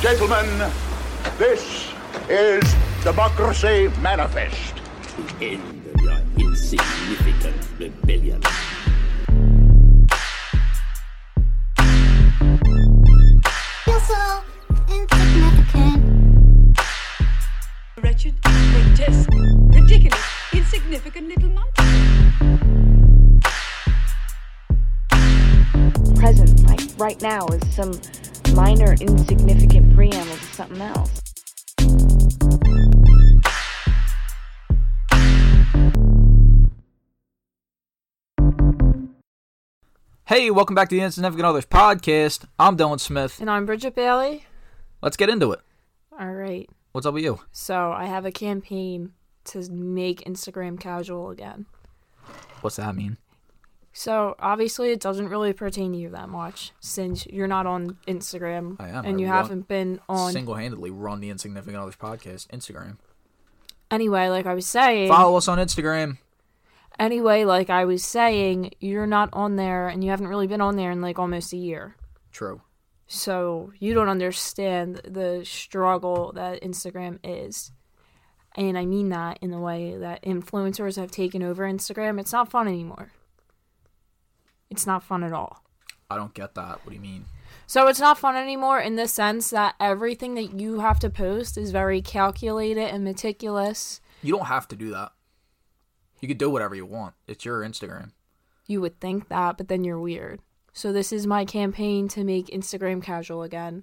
Gentlemen, this is Democracy Manifest. to end your insignificant rebellion. You're so insignificant. Wretched, grotesque, ridiculous, insignificant little monster. present, like right now, is some minor insignificant preamble to something else. Hey, welcome back to the Insignificant Others podcast. I'm Dylan Smith. And I'm Bridget Bailey. Let's get into it. All right. What's up with you? So I have a campaign to make Instagram casual again. What's that mean? So obviously, it doesn't really pertain to you that much since you're not on Instagram I am. and I you run- haven't been on. Single handedly run the Insignificant Others podcast Instagram. anyway, like I was saying. Follow us on Instagram. Anyway, like I was saying, you're not on there and you haven't really been on there in like almost a year. True. So you don't understand the struggle that Instagram is. And I mean that in the way that influencers have taken over Instagram. It's not fun anymore. It's not fun at all. I don't get that. What do you mean? So it's not fun anymore in the sense that everything that you have to post is very calculated and meticulous. You don't have to do that. You could do whatever you want. It's your Instagram. You would think that, but then you're weird. So this is my campaign to make Instagram casual again.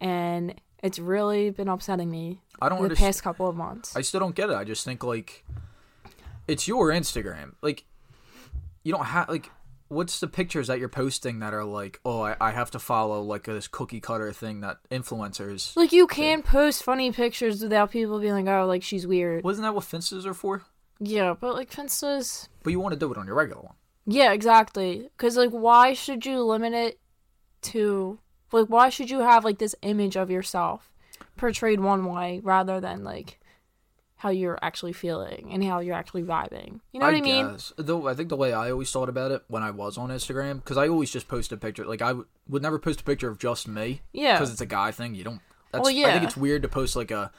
And it's really been upsetting me I don't the underst- past couple of months. I still don't get it. I just think like it's your Instagram. Like you don't have like what's the pictures that you're posting that are like, oh, I, I have to follow like this cookie cutter thing that influencers. Like you can post funny pictures without people being like, "Oh, like she's weird." Wasn't that what fences are for? Yeah, but like fences. But you want to do it on your regular one. Yeah, exactly. Because like, why should you limit it to like? Why should you have like this image of yourself portrayed one way rather than like how you're actually feeling and how you're actually vibing? You know what I mean? guess. Though I think the way I always thought about it when I was on Instagram, because I always just post a picture. Like I w- would never post a picture of just me. Yeah. Because it's a guy thing. You don't. That's, Well, I think yeah. it's weird to post like a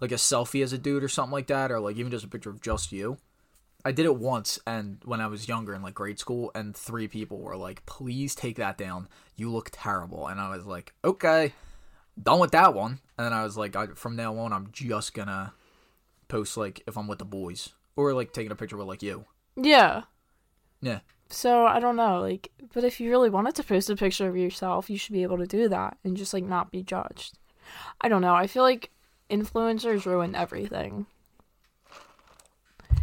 like a selfie as a dude or something like that, or like even just a picture of just you. I did it once, and when I was younger in like grade school, and three people were like, "Please take that down. You look terrible." And I was like, "Okay, done with that one." And then I was like, I, "From now on, I'm just gonna post like if I'm with the boys." Or like taking a picture with like you, Yeah. yeah. So I don't know, like, but if you really wanted to post a picture of yourself, you should be able to do that and just like not be judged. I don't know. I feel like influencers ruin everything,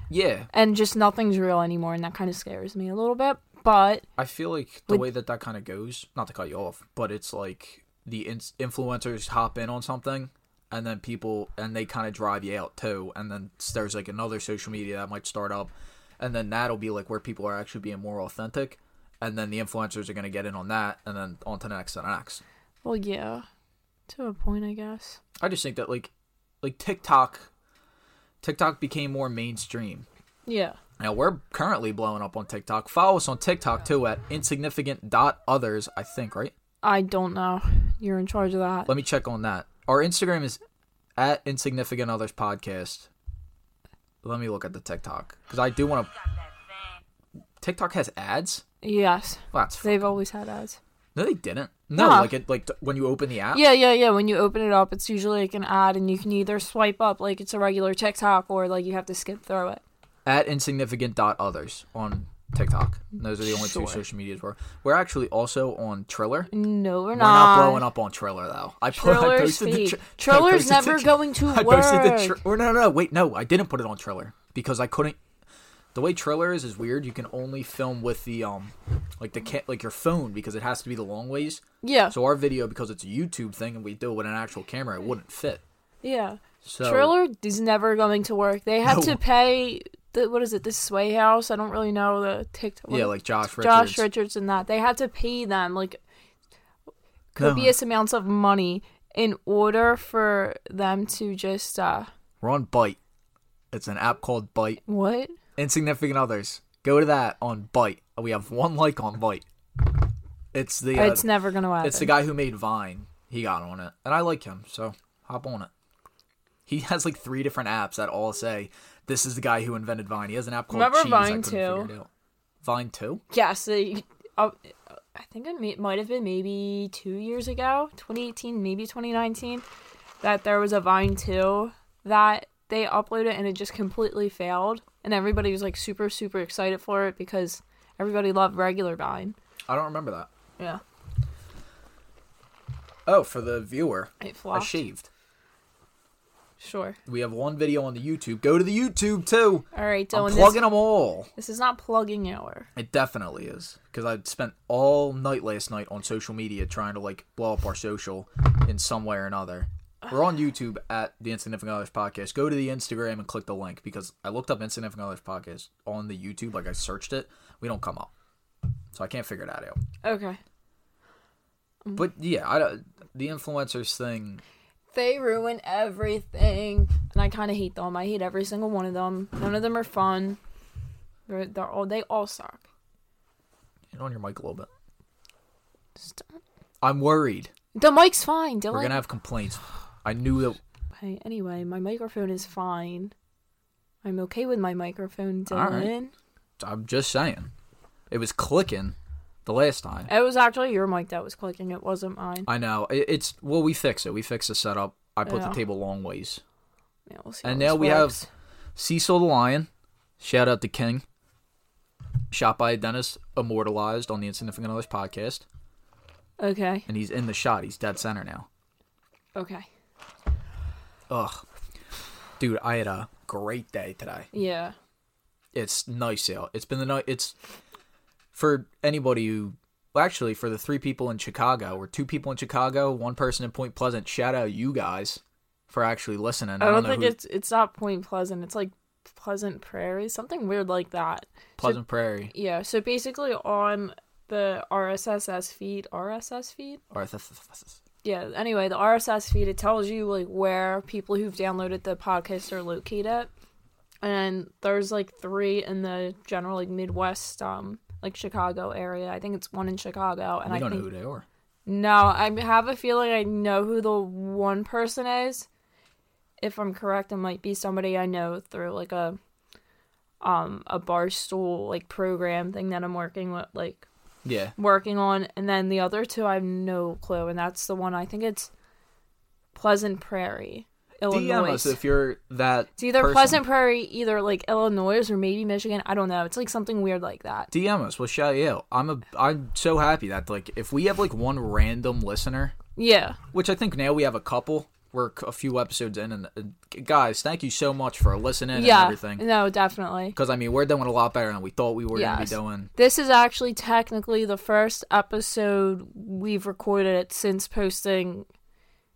Yeah. and just nothing's real anymore, and that kind of scares me a little bit. But I feel like the Would- way that that kind of goes, not to cut you off, but it's like the in- influencers hop in on something and then people, and they kind of drive you out too. And then s- there's like another social media that might start up. And then that'll be like where people are actually being more authentic. And then the influencers are going to get in on that and then on to the next and the next. well, yeah, to a point, I guess. I just think that like, like TikTok, TikTok became more mainstream. Yeah, Now we're currently blowing up on TikTok. Follow us on TikTok too at insignificant.others, I think, right? I don't know. You're in charge of that. Let me check on that. Our Instagram is at Insignificant Others Podcast. Let me look at the TikTok because I do want to. TikTok has ads. Yes, Well, that's f- they've always had ads. no, they didn't. No, Nah. like it, like t- when you open the app. Yeah, yeah, yeah. When you open it up, it's usually like an ad, and you can either swipe up like it's a regular TikTok, or like you have to skip through it. At insignificant dot others on TikTok. Those are the only Sure. two social medias we're. We're actually also on Triller. No, we're We're not. not blowing up on Triller though. I, put, I Triller's posted the fake. tr- I Triller's posted never tr- going to I posted the work. tr- or no, no, no, wait, no, I didn't put it on Triller because I couldn't. The way Triller is is weird. You can only film with the um, like the ca- like your phone because it has to be the long ways. Yeah. So our video because it's a YouTube thing and we do it with an actual camera, it wouldn't fit. yeah. So Triller is never going to work. They had No. to pay the what is it, the Sway House? I don't really know the TikTok. yeah, like Josh Richards. Josh Richards and that. They had to pay them like copious amounts of money in order for them to just uh We're on Bite. It's an app called Bite. what? Insignificant others. Go to that on Bite. We have one like on Bite. It's the uh, it's never gonna happen. It's the guy who made Vine. He he got on it, and I like him, so hop on it. He has like three different apps that all say this is the guy who invented Vine. He has an app called Remember Cheese. I Vine couldn't figure too? it out. Vine two? Yes, they, uh, I think it may, might have been maybe two years ago, 2018, maybe 2019, that there was a Vine 2 that they uploaded and it just completely failed. And everybody was like super, super excited for it because everybody loved regular Vine. I don't remember that. Yeah. Oh, for the viewer, It I flopped. shaved. Sure. We have one video on the YouTube. Go to the YouTube too. All right, I'm Dylan. plugging This, them all. this is not plugging hour. It definitely is because I spent all night last night on social media trying to like blow up our social in some way or another. We're on YouTube at the Insignificant Others podcast. Go to the Instagram and click the link because I looked up Insignificant Others podcast on the YouTube. Like I searched it, we don't come up, so I can't figure that out. Okay. But yeah, I don't- the influencers thing. They ruin everything. And I kind of hate them. I hate every single one of them. None of them are fun. They're, they're all, they all suck. Get on your mic a little bit. Stop. Oh. I'm worried. The mic's fine, Dylan. We're gonna have complaints. I knew that. Hey, anyway, my microphone is fine. I'm okay with my microphone, All right. Dylan. I'm just saying, it was clicking the last time. It was actually your mic that was clicking. It wasn't mine. I know. It, it's well, we fix it. We fix the setup. I put Yeah. the table long ways. Yeah, we'll see And how now this we have works. Cecil the Lion. Shout out to King. Shot by a dentist, immortalized on the Insignificant Others podcast, Okay. and he's in the shot. He's dead center now. Okay. Ugh, dude, I had a great day today. Yeah. It's nice out. It's been the night. It's for anybody who, well, actually, for the three people in Chicago, or two people in Chicago, one person in Point Pleasant. Shout out you guys for actually listening. I, I don't, know think who- it's it's not Point Pleasant. It's like Pleasant Prairie, something weird like that. Pleasant Prairie. Yeah. So basically, on the RSS feed, RSS feed. Or th- th- th- th- Yeah. Anyway, the RSS feed it tells you like where people who've downloaded the podcast are located, and there's like three in the general like Midwest, um, like Chicago area. I think it's one in Chicago, and we I don't think know who they are. no, I have a feeling I know who the one person is. If I'm correct, it might be somebody I know through like a um a bar stool like program thing that I'm working with like Yeah, working on and then the other two I have no clue and that's the one I think it's Pleasant Prairie, DM Illinois. us if you're that. it's either person. Pleasant Prairie, either like Illinois or maybe Michigan. I don't know. It's like something weird like that. DM us. We'll shout you out. I'm a. I'm so happy that like if we have like one random listener, Yeah. which I think now we have a couple. We're a few episodes in, and uh, guys, thank you so much for listening and yeah. everything. No, definitely. Because I mean, we're doing a lot better than we thought we were Yes. gonna be doing. This is actually technically the first episode we've recorded since posting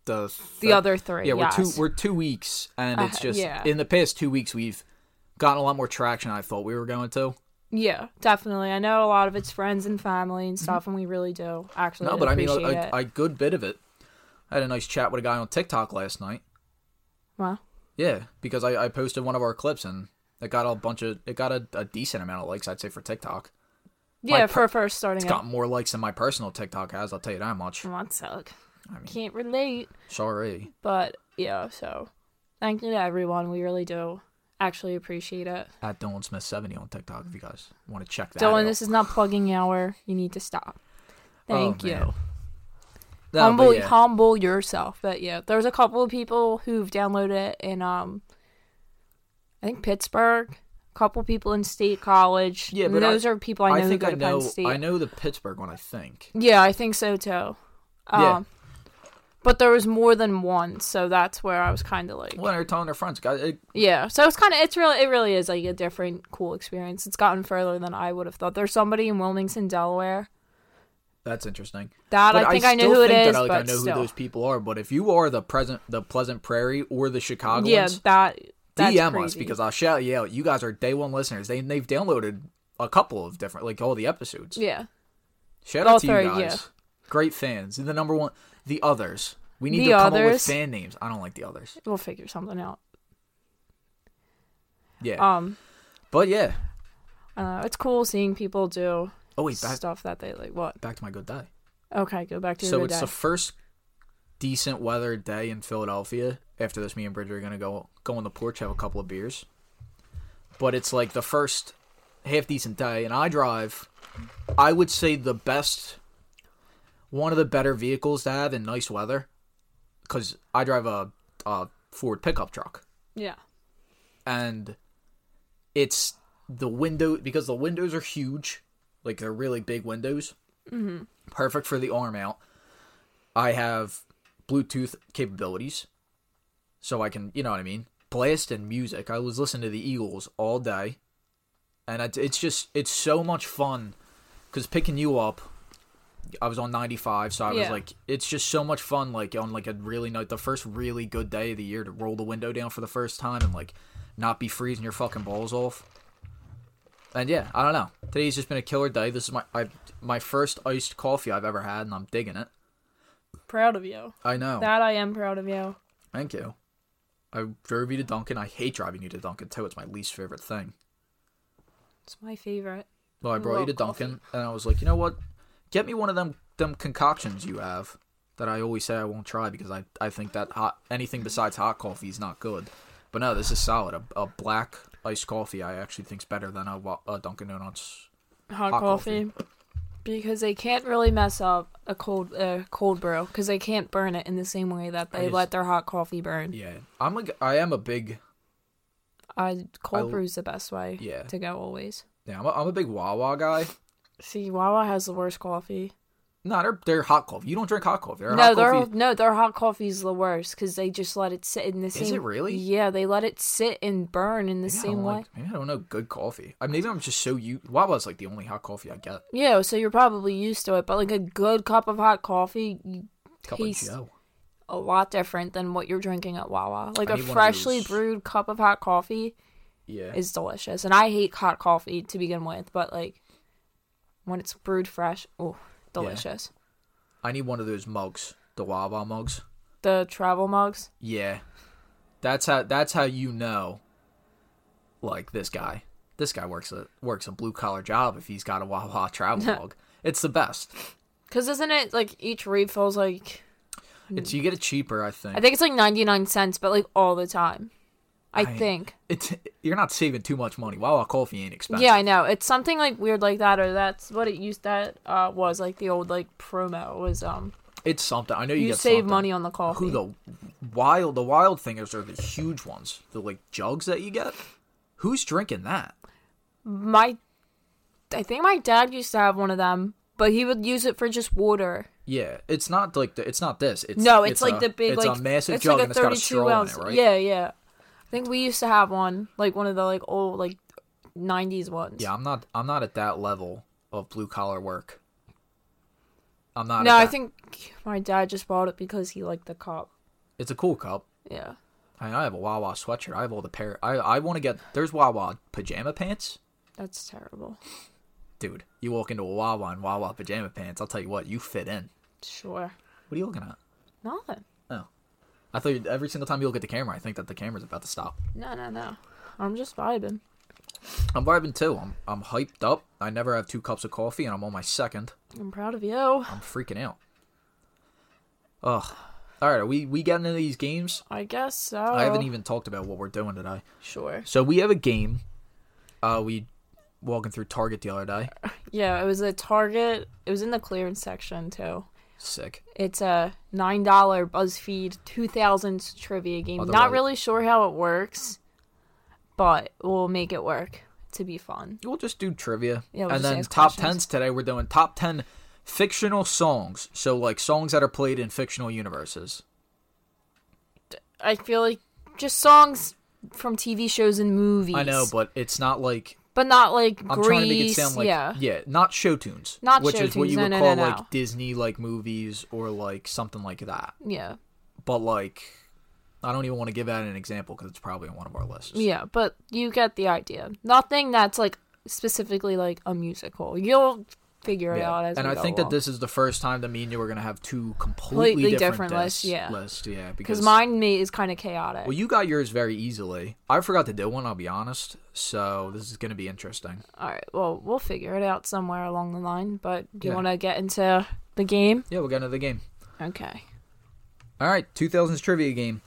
The the thir- other three. Yeah, we're yes. two. We're two weeks, and it's Uh, just yeah. in the past two weeks we've gotten a lot more traction. than I thought we were going to. yeah, definitely. I know a lot of it's friends and family and stuff, and we really do actually Mm-hmm. No, but I mean a, appreciate a, it. a good bit of it. I had a nice chat with a guy on TikTok last night. well, Yeah, because I, I posted one of our clips and it got a bunch of it got a, a decent amount of likes. I'd say for TikTok, yeah, per- for first starting it's out. got more likes than my personal TikTok has. I'll tell you that much. Come on, suck. Can't relate, Sorry. but yeah. So thank you to everyone. We really do actually appreciate it. At Dylan Smith seventy on TikTok, if you guys want to check that. Dylan, out. this is not plugging hour. You need to stop. Oh, Thank you. man. No, but humble yeah. humble yourself. But yeah, there's a couple of people who've downloaded it in um I think Pittsburgh, a couple people in State College. Yeah, And but I- those are people I know I who think go I to Penn know. State. I know the Pittsburgh one. I think. Yeah, I think so too. Um Yeah. but there was more than one, so that's where I was kind of like Well, they're telling their friends. Guys, it, yeah. So it's kind of it's really it really is like a different cool experience. It's gotten further than I would have thought. There's somebody in Wilmington, Delaware. that's interesting. That But I think I, know who it is, that, like, but I know still. who those people are. But if you are the present, the Pleasant Prairie or the Chicago yeah, ones, that that's DM crazy. us because I'll shout you out. You guys are day one listeners. They they've downloaded a couple of different like all the episodes. yeah. Shout All out to you three, guys. yeah. Great fans. The number one the others. We need The to come up with others. fan names. I don't like the others. we'll figure something out. Yeah. Um, but yeah. I don't know. It's cool seeing people do Oh wait, back stuff that they like. What? back to my good day. Okay, go back to your So good it's day. the first decent weather day in Philadelphia. After this, me and Bridger are gonna go go on the porch, have a couple of beers. But it's like the first half decent day, and I drive. I would say the best, one of the better vehicles to have in nice weather, because I drive a, a Ford pickup truck, Yeah. and it's the window because the windows are huge, like they're really big windows. Mm-hmm. Perfect for the arm out. I have Bluetooth capabilities, so I can, you know what I mean, blast and music. I was listening to the Eagles all day, and it- it's just it's so much fun because picking you up. I was on 95, so I was Yeah. like, it's just so much fun. Like on like a really night, the first really good day of the year to roll the window down for the first time and like not be freezing your fucking balls off. And yeah, I don't know. Today's just been a killer day. This is my I, my first iced coffee I've ever had, and I'm digging it. Proud of you. I know. That I am proud of you. Thank you. I drove you to Duncan. I hate driving you to Duncan too. It's my least favorite thing. It's my favorite. Well, I brought you love to Duncan, and I was like, you know what? Get me one of them them concoctions you have that I always say I won't try because I, I think that hot anything besides hot coffee is not good. But no, this is solid. A, a black iced coffee I actually think's better than a, wa- a Dunkin' Donuts. Hot, Hot coffee. Because they can't really mess up a cold uh, cold brew because they can't burn it in the same way that they just- let their hot coffee burn. Yeah, I'm a, g- I am a big I cold I- brew's the best way Yeah. to go always. yeah I'm a, I'm a big Wawa guy. See, Wawa has the worst coffee. No, they're they're hot coffee. You don't drink hot coffee. They're no, hot their coffee. no, their hot coffee's the worst because they just let it sit in the same. it really? Yeah, they let it sit and burn in the Maybe I same don't way. Like, maybe I don't know good coffee. I maybe I'm just so you. Wawa's like the only hot coffee I get. Yeah, so you're probably used to it, but like a good cup of hot coffee you Cup tastes of Joe. a lot different than what you're drinking at Wawa. Like I a need one of freshly those. brewed cup of hot coffee Yeah. is delicious, and I hate hot coffee to begin with, but like when it's brewed fresh, oh, delicious. I need one of those mugs, the Wawa mugs. The travel mugs, Yeah, that's how that's how you know. Like this guy, this guy works a works a blue collar job. If he's got a Wawa travel mug, it's the best. because isn't it like each refill's like It's you get it cheaper, I think. Mm. I think it's like ninety nine cents, but like all the time. I, I- think. it's you're not saving too much money. Wawa coffee ain't expensive. Yeah, I know. It's something like weird like that, or that's what it used that uh was like the old like promo was um it's something. I know you, you get save something. money on the coffee. Who the wild the wild thingers are the huge ones, the like jugs that you get. Who's drinking that? my I think my dad used to have one of them, but he would use it for just water. Yeah, it's not like the, it's not this. It's No, it's, like a- the big it's like a massive it's jug like a and it's got a 32 straw ounce. in it, right? Yeah, yeah. I think we used to have one, like one of the like old like 90s ones. yeah. I'm not I'm not at that level of blue collar work. I'm not. No, at I that- think my dad just bought it because he liked the cup. it's a cool cup. Yeah. I, mean, I have a Wawa sweatshirt. I have all the pair. I I want to get there's Wawa pajama pants, That's terrible. dude. You walk into a Wawa in Wawa pajama pants. I'll tell you what, you fit in. Sure. What are you looking at? Nothing. Oh, I thought you- every single time you look at the camera, I think that the camera's about to stop. No, no, no. I'm just vibing. I'm vibing too. I'm I'm hyped up. I never have two cups of coffee, and I'm on my second. I'm proud of you. I'm freaking out. Ugh. All right, are we we getting into these games? I guess so. I haven't even talked about what we're doing today. Sure. So we have a game. Uh, we walking through Target the other day. Yeah, it was a Target. It was in the clearance section too. Sick. It's a nine dollar BuzzFeed two thousands trivia game. Not Otherwise- really sure how it works, but we'll make it work to be fun. We'll just do trivia. Yeah, we'll and just then ask top questions. tens today. We're doing top ten fictional songs. So like songs that are played in fictional universes. I feel like just songs from TV shows and movies. I know, but it's not like but not like I'm Grease. trying to make it sound like yeah. not show tunes. Not which show is what tunes, you no, would no, no, call no. like Disney like movies or like something like that. yeah, but like I don't even want to give out an example because it's probably on one of our lists. yeah. But you get the idea. Nothing that's like specifically like a musical. You'll figure it Yeah. out as and we I go think along. that this is the first time that me and you are going to have two completely, Completely different, different lists, dis- yeah. lists, yeah, because because mine me is kind of chaotic. Well, you got yours very easily. I forgot to do one. I'll be honest. So this is going to be interesting. All right. Well, we'll figure it out somewhere along the line. But do you Yeah. want to get into the game? Yeah, we'll get into the game. Okay. All right, 2000s trivia game.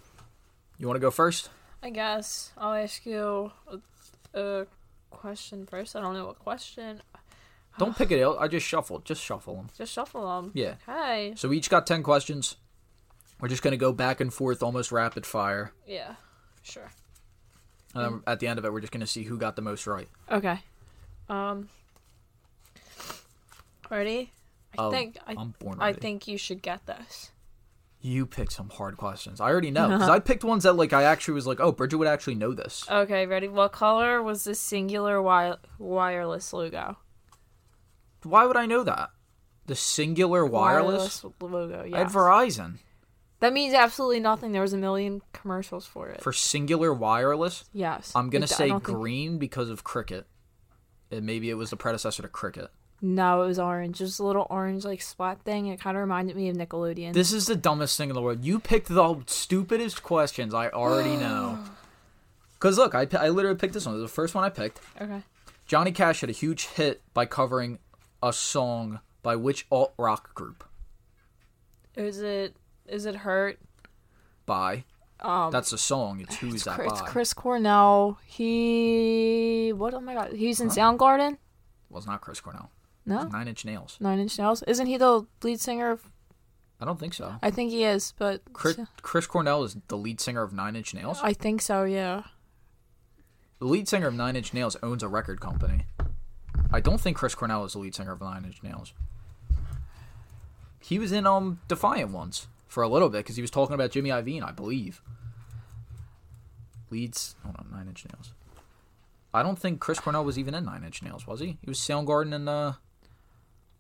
You want to go first? I guess I'll ask you a, a question first. I don't know what question. Don't pick it out. I just shuffled. Just shuffle them. Just shuffle them. Yeah. Okay. So we each got 10 questions. We're just going to go back and forth almost rapid fire. Yeah. Sure. And Mm. then at the end of it, we're just going to see who got the most right. Okay. Um. Ready? I Oh, think I, I'm born I ready. think you should get this. You picked some hard questions. I already know. Because I picked ones that, like, I actually was like, oh, Bridget would actually know this. Okay. Ready? What color was the singular wi- wireless logo? Why would I know that? The singular wireless? Wireless logo. I Yeah. had Verizon. that means absolutely nothing. There was a million commercials for it. For singular wireless, yes. I'm going It- to I say don't think- green because of cricket. And maybe it was the predecessor to cricket. No, it was orange. Just a little orange like splat thing. It kind of reminded me of Nickelodeon. This is the dumbest thing in the world. You picked the stupidest questions I already know. Because look, I, I literally picked this one. It was the first one I picked. okay. Johnny Cash had a huge hit by covering a song by which alt rock group? Is it is it hurt? By. That's a song. It's Who's That Um, It's By. Chris Cornell. He what? Oh my god, he's in Soundgarden. Well, it's not Chris Cornell. No, Nine Inch Nails. Nine Inch Nails. Isn't he the lead singer? of... I don't think so. I think he is, but Chris, Chris Cornell is the lead singer of Nine Inch Nails. I think so. Yeah. The lead singer of Nine Inch Nails owns a record company. I don't think Chris Cornell is the lead singer of Nine Inch Nails. He was in um Defiant once for a little bit because he was talking about Jimmy Iovine, I believe. Leads, hold on, Nine Inch Nails. I don't think Chris Cornell was even in Nine Inch Nails, was he? He was Soundgarden and uh,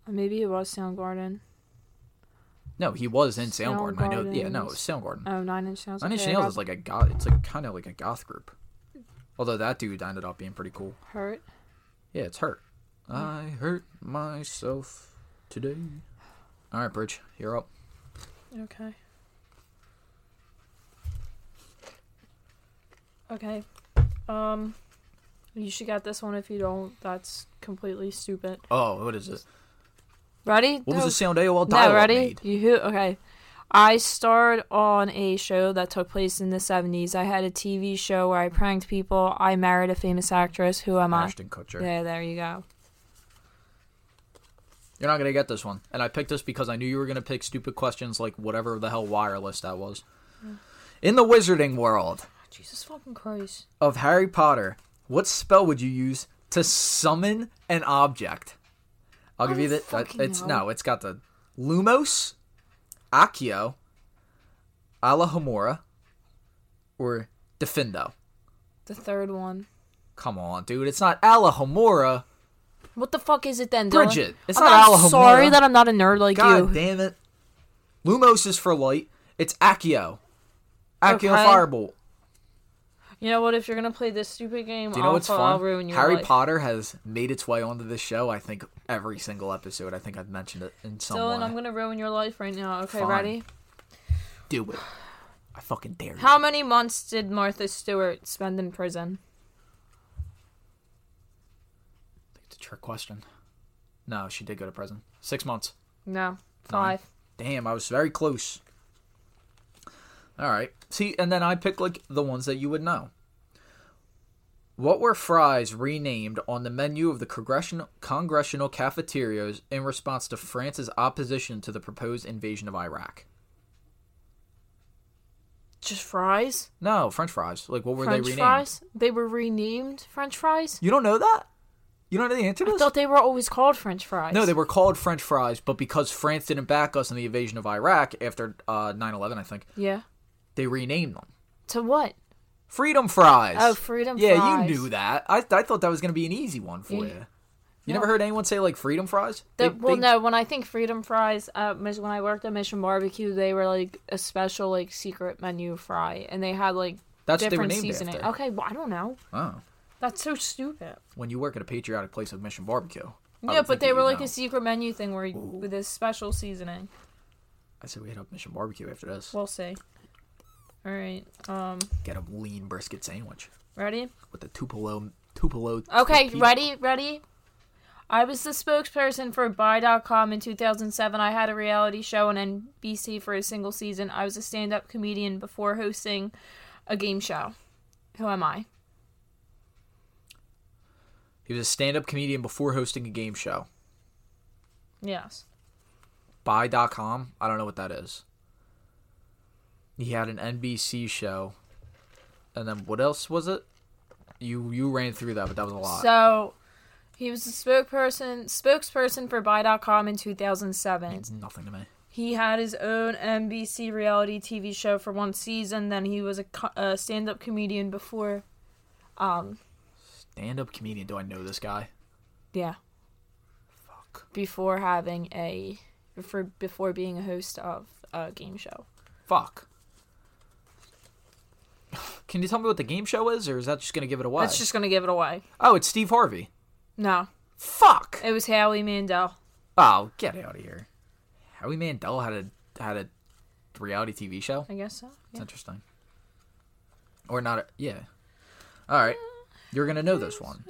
Maybe it was Soundgarden. no, he was in Soundgarden. I know, yeah, no, it Soundgarden's- was Soundgarden. Oh, Nine Inch Nails. Nine Inch Okay, I Nails got is like a goth. It's like kind of like a goth group. Although that dude ended up being pretty cool. hurt. Yeah, it's hurt. I hurt myself today. All right, Bridge, you're up. Okay. Okay. Um, you should get this one. If you don't, that's completely stupid. Oh, what is it? Ready? What was No. the sound AOL Oh. No, dial ready? made? You who? Okay. I starred on a show that took place in the 70s. I had a TV show where I pranked people. I married a famous actress. Who am I? Ashton Kutcher. Yeah, there you go. You're not gonna get this one. And I picked this because I knew you were gonna pick stupid questions like whatever the hell wireless that was. Mm. In the wizarding world Jesus fucking Christ. of Harry Potter, what spell would you use to summon an object? I'll give you don't the. uh, fucking It's know. no. It's got the Lumos, Accio, Alahomora, or Defindo. The third one. Come on, dude. It's not Alahomora. What the fuck is it then, Dylan? Bridget, it's I'm not not Alamo sorry Mora. that I'm not a nerd like God you. damn it. Lumos is for light. It's Accio. Accio Okay. Firebolt. You know what? If you're gonna play this stupid game, Do you know I'll, what's I'll fun? ruin your Harry life. Potter has made its way onto this show. I think every single episode. I think I've mentioned it in some Dylan, way. I'm gonna ruin your life right now. Okay, Fine. ready? Do it. I fucking dare you. How many months did Martha Stewart spend in prison? It's a trick question. No, she did go to prison. Six months. No, five. Damn, I was very close. All right. See, and then I picked like the ones that you would know. What were fries renamed on the menu of the congressional congressional cafeterias in response to France's opposition to the proposed invasion of Iraq? Just fries. No, French fries. Like what were French they renamed? fries? They were renamed French fries? You don't know that? You don't know the answer to I this? thought they were always called French fries. No, they were called French fries, but because France didn't back us in the invasion of Iraq after uh, 9/11, I think Yeah. they renamed them. To what? Freedom fries. Oh, freedom yeah, fries. you knew that. I, I thought that was going to be an easy one for Yeah. you. You never heard anyone say like freedom fries? They- The, well, they- no. When I think freedom fries, uh, Miss- when I worked at Mission Barbecue, they were like a special, like secret menu fry, and they had like That's what they were different named seasoning. after. Okay, well, I don't know. Oh, That's so stupid. when you work at a patriotic place like Mission Barbecue. I yeah, would but think they you were would like know. a secret menu thing where you, with this special seasoning. I said we hit up Mission Barbecue after this. We'll see. All right. Um, Get a lean brisket sandwich ready? with the Tupelo Tupelo. Okay, tortilla. ready, ready. I was the spokesperson for Buy.com in 2007. I had a reality show on NBC for a single season. I was a stand up comedian before hosting a game show. Who am I? He was a stand-up comedian before hosting a game show. Yes. Buy.com. I don't know what that is. He had an NBC show, and then what else was it? You you ran through that, but that was a lot. So he was the spokesperson spokesperson for Buy.com in 2007. Nothing to me. He had his own NBC reality TV show for one season. Then he was a, co- a stand up comedian before. Um, Stand-up comedian. Do I know this guy? yeah. Fuck. Before having a. For, before being a host of a game show. Fuck. Can you tell me what the game show is, or is that just gonna give it away? That's just going to give it away. Oh, it's Steve Harvey. No. Fuck. It was Howie Mandel. Oh, get out of here. Howie Mandel had a had a reality TV show. I guess so. It's Yeah. interesting. Or not? A, yeah. All right. You're gonna know this one.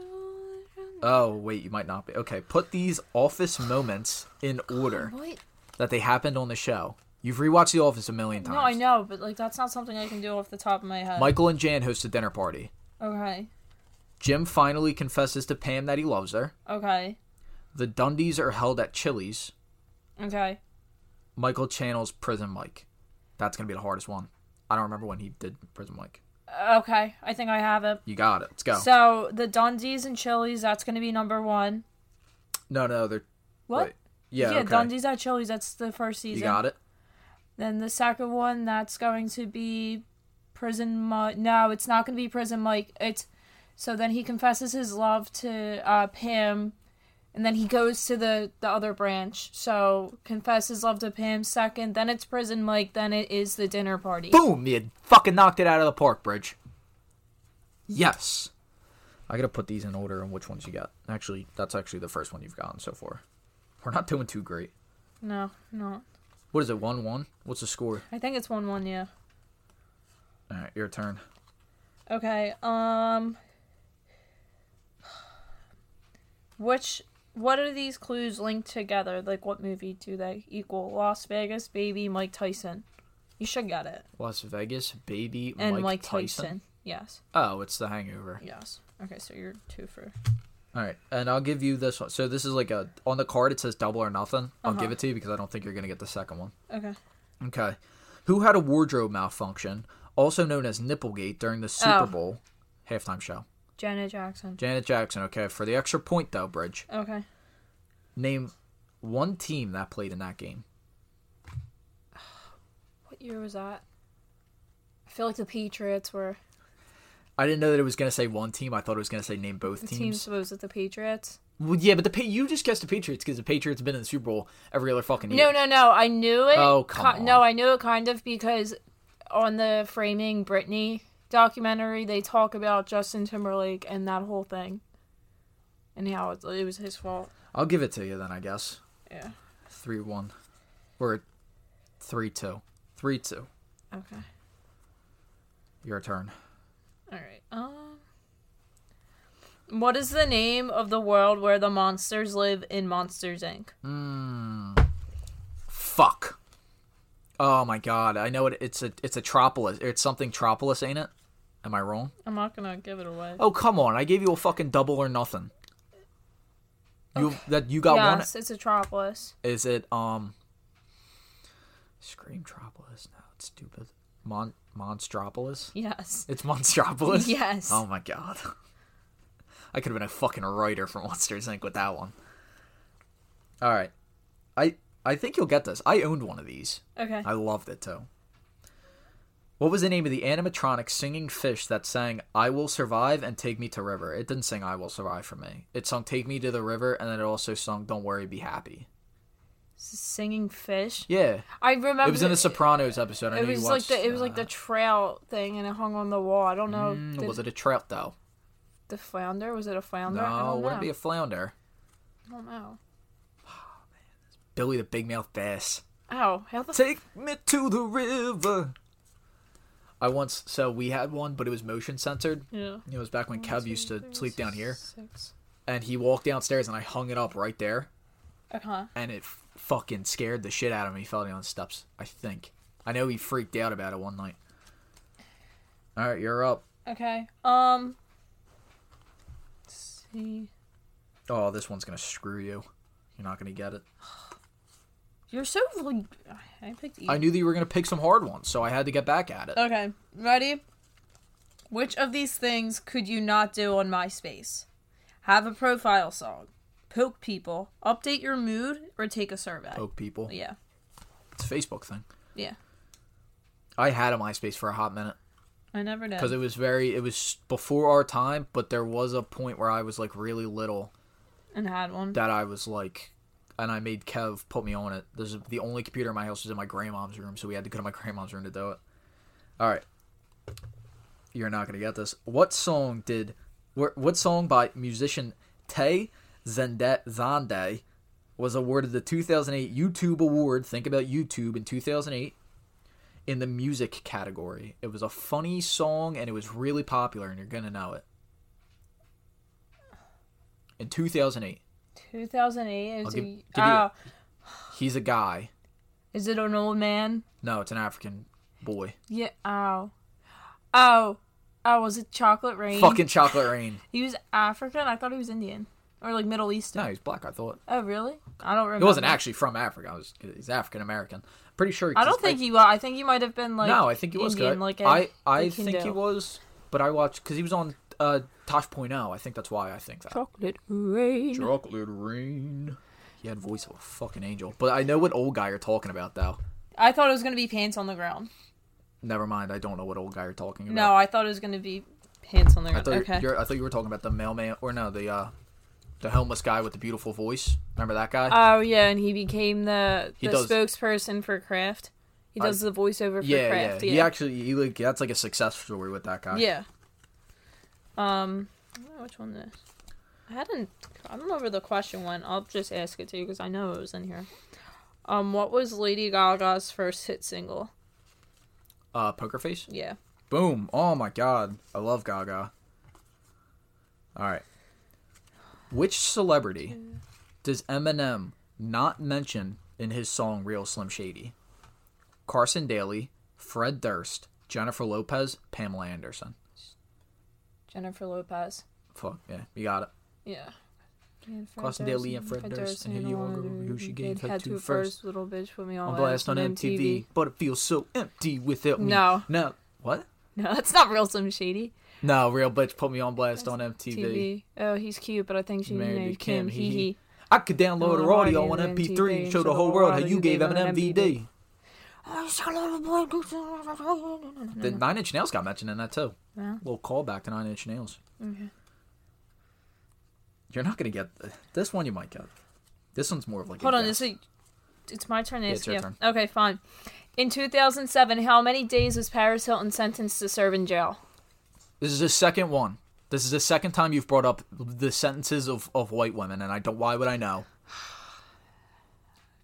Oh wait, you might not be. Okay, put these office moments in order What? that they happened on the show. You've rewatched The Office a million times. No, I know, but like that's not something I can do off the top of my head. Michael and Jan host a dinner party. Okay. Jim finally confesses to Pam that he loves her. Okay. The Dundies are held at Chili's. Okay. Michael channels Prison Mike. That's gonna be the hardest one. I don't remember when he did Prison Mike. Okay. I think I have it. You got it. Let's go. So the Dundies and Chili's, that's gonna be number one. no, no, they're What? wait. Yeah, yeah, okay. Dundies at Chili's, that's the first season. You got it. Then the second one, that's going to be Prison Mike. No, it's not going to be Prison Mike. It's so then he confesses his love to uh, Pam, and then he goes to the the other branch. So confesses love to Pam second. Then it's Prison Mike. Then it is the dinner party. Boom! You fucking knocked it out of the park, Bridge. Yes. I gotta put these in order and which ones you got. Actually, that's actually the first one you've gotten so far. We're not doing too great. No, no. What is it? One one. What's the score? I think it's one one. Yeah. All right, your turn. Okay. Um. Which what are these clues linked together? Like what movie do they equal? Las Vegas, Baby, Mike Tyson. You should get it. Las Vegas, baby, And Mike, Mike, Tyson. Tyson. Yes. Oh, it's The Hangover. Yes. Okay, so you're two for. All right, and I'll give you this one. So this is like a on the card. It says double or nothing. I'll Uh-huh. give it to you because I don't think you're gonna get the second one. Okay. Okay. Who had a wardrobe malfunction, also known as Nipplegate, during the Super Oh. Bowl halftime show? Janet Jackson. Janet Jackson, okay. For the extra point, though, Bridge, Okay. name one team that played in that game. What year was that? I feel like the Patriots were. I didn't know that it was going to say one team. I thought it was going to say name both The teams. team was it the Patriots? Well, yeah, but the pa- you just guessed the Patriots because the Patriots have been in the Super Bowl every other fucking year. No, no, no. I knew it. Oh, come ki- No, on. I knew it kind of because on the Framing Britney documentary, they talk about Justin Timberlake and that whole thing. And how it, it was his fault. I'll give it to you then, I guess. Yeah. 3 1. Or 3 2. 3 2. Okay. Your turn. All right. Um. What is the name of the world where the monsters live in Monsters Inc? Fuck. Oh my god. I know it. It's a it's a Tropolis. It's something Tropolis, ain't it? Am I wrong? I'm not gonna give it away. Oh come on! I gave you a fucking double or nothing. You that you got one? yes, it's Atropolis. Is it um? Scream Tropolis? No, it's stupid. Mon Monstropolis? Yes. It's Monstropolis. Yes. Oh my god. I could have been a fucking writer for Monsters Inc. with that one. All right, I I think you'll get this. I owned one of these. Okay. I loved it too. What was the name of the animatronic singing fish that sang "I Will Survive" and "Take Me to River"? It didn't sing "I Will Survive" for me. It sung "Take Me to the River" and then it also sung "Don't Worry, Be Happy." Singing fish. Yeah, I remember. it was in the Sopranos episode. I It know you was like watched, the it was like the trout thing, and it hung on the wall. I don't know. uh, did- was it a trout though? the flounder? Was it a flounder? I No, don't it wouldn't know. be a flounder. I don't know. Billy the Big Mouth Bass. Ow! How Oh, the Take me to the river. I once so we had one, but it was motion censored. Yeah. It was back when Kev used to sleep down here. Six. and he walked downstairs and I hung it up right there Uh-huh. and it f- fucking scared the shit out of me. He fell down the steps, I think. I know he freaked out about it one night. All right, you're up. Okay. Um. Let's see. Oh, this one's gonna screw you. You're not gonna get it. You're so like I picked easy. I knew that you were gonna pick some hard ones, so I had to get back at it. Okay, ready? Which of these things could you not do on MySpace? Have a profile song, poke people, update your mood, or take a survey. Poke people. Yeah, It's a Facebook thing. yeah. I had a MySpace for a hot minute I never did. because it was very. It was before our time, but there was a point where I was like really little and had one. that I was like, and I made Kev put me on it. This is the only computer in my house was in my grandmom's room, so we had to go to my grandmom's room to do it. All right, you're not gonna get this. What song did? What, what song by musician Tay Zende Zande was awarded the 2008 YouTube Award? Think about YouTube in 2008 in the music category. It was a funny song and it was really popular, and you're gonna know it. In 2008. 2008. I'll Is, give- a- give you oh, that. He's a guy. is it an old man? No, it's an African boy. Yeah. Oh. Oh. Oh, was it Chocolate Rain? Fucking chocolate rain. He was African? I thought he was Indian. Or like Middle Eastern. No, he's black. I thought Oh, really? I don't remember. he wasn't actually from Africa. I was, he's African American. Pretty sure. I don't think he was. I think he might have been like. no, I think he was. 'cause Indian, I- Like I, I, like think he Hindu. was, but I watched because he was on uh, Tosh.0. I think that's why I think that. Chocolate rain. Chocolate rain. He had voice of a fucking angel. But I know what old guy you're talking about though. I thought it was gonna be pants on the ground. Never mind. I don't know what old guy you're talking about. No, I thought it was gonna be pants on the I ground. thought, okay. you're, I thought you were talking about the mailman or no the uh, the homeless guy with the beautiful voice. Remember that guy? Oh yeah, and he became the, He the does- spokesperson for Kraft. He does the voiceover for yeah, Kraft. yeah. Yeah. He actually, he like that's like a success story with that guy. yeah. Um, I don't know which one this. I hadn't. I don't know where the question went. I'll just ask it to you because I know it was in here. Um, what was Lady Gaga's first hit single? Uh, Poker Face. Yeah. Boom. Oh my god, I love Gaga. All right. Which celebrity does Eminem not mention in his song "Real Slim Shady"? Carson Daly, Fred Durst, Jennifer Lopez, Pamela Anderson. Jennifer Lopez. Fuck yeah, you got it. Yeah. Carson Daly and Fred Durst, and who you are, who she gave head to first. Little bitch put me on On blast on MTV, but it feels so empty without me. No. No. What? No, that's not real Slim Shady. No, real bitch put me on blast on MTV. TV. Oh, he's cute, but I think she Married named to Kim, Kim. hee Hee hee. hee. I could download her audio on Audio and MP3 and MTV, show the whole world how you gave him Eminem an VD. MVD. The Nine Inch Nails got mentioned in that too. Little callback to Nine Inch Nails. You're not gonna get this one. You might get this one's more of like. Hold a on, guess. this is. It's my turn to Yeah, ask it's your you. turn. Okay, fine. In 2007, how many days was Paris Hilton sentenced to serve in jail? This is the second one. This is the second time you've brought up the sentences of, of white women, and I don't. Why would I know?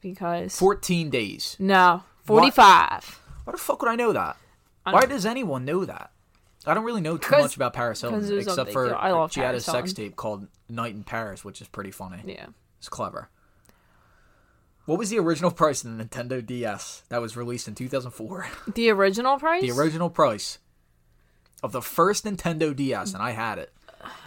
Because Fourteen days. no, 45. Why the fuck would I know that? I Why don't- does anyone know that? I don't really know too 'Cause- much about Paris 'cause Hilton it was a except big for deal. I love she had a Paris sex Hilton. tape called "Night in Paris," which is pretty funny. Yeah, It's clever. What was the original price of the Nintendo DS that was released in 2004? the original price. the original price of the first Nintendo DS, and I had it.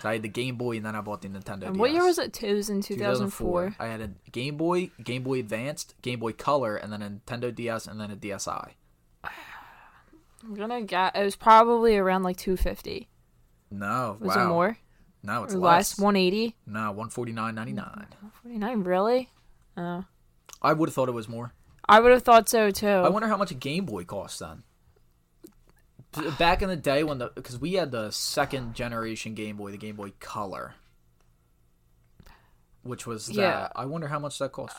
So I had the Game Boy, and then I bought the Nintendo. And what DS. year was it? It was in 2004. I had a Game Boy, Game Boy Advanced, Game Boy Color, and then a Nintendo DS, and then a DSi. I'm gonna get. It was probably around like 250. No, Was wow. it more No, it's or less. less? 180, No, one forty nine ninety nine. 49? Really? I would have thought it was more. I would have thought so too. I wonder how much a Game Boy costs then. B- Back in the day when the because we had the second generation Game Boy, the Game Boy Color, which was that. Yeah. I wonder how much that cost.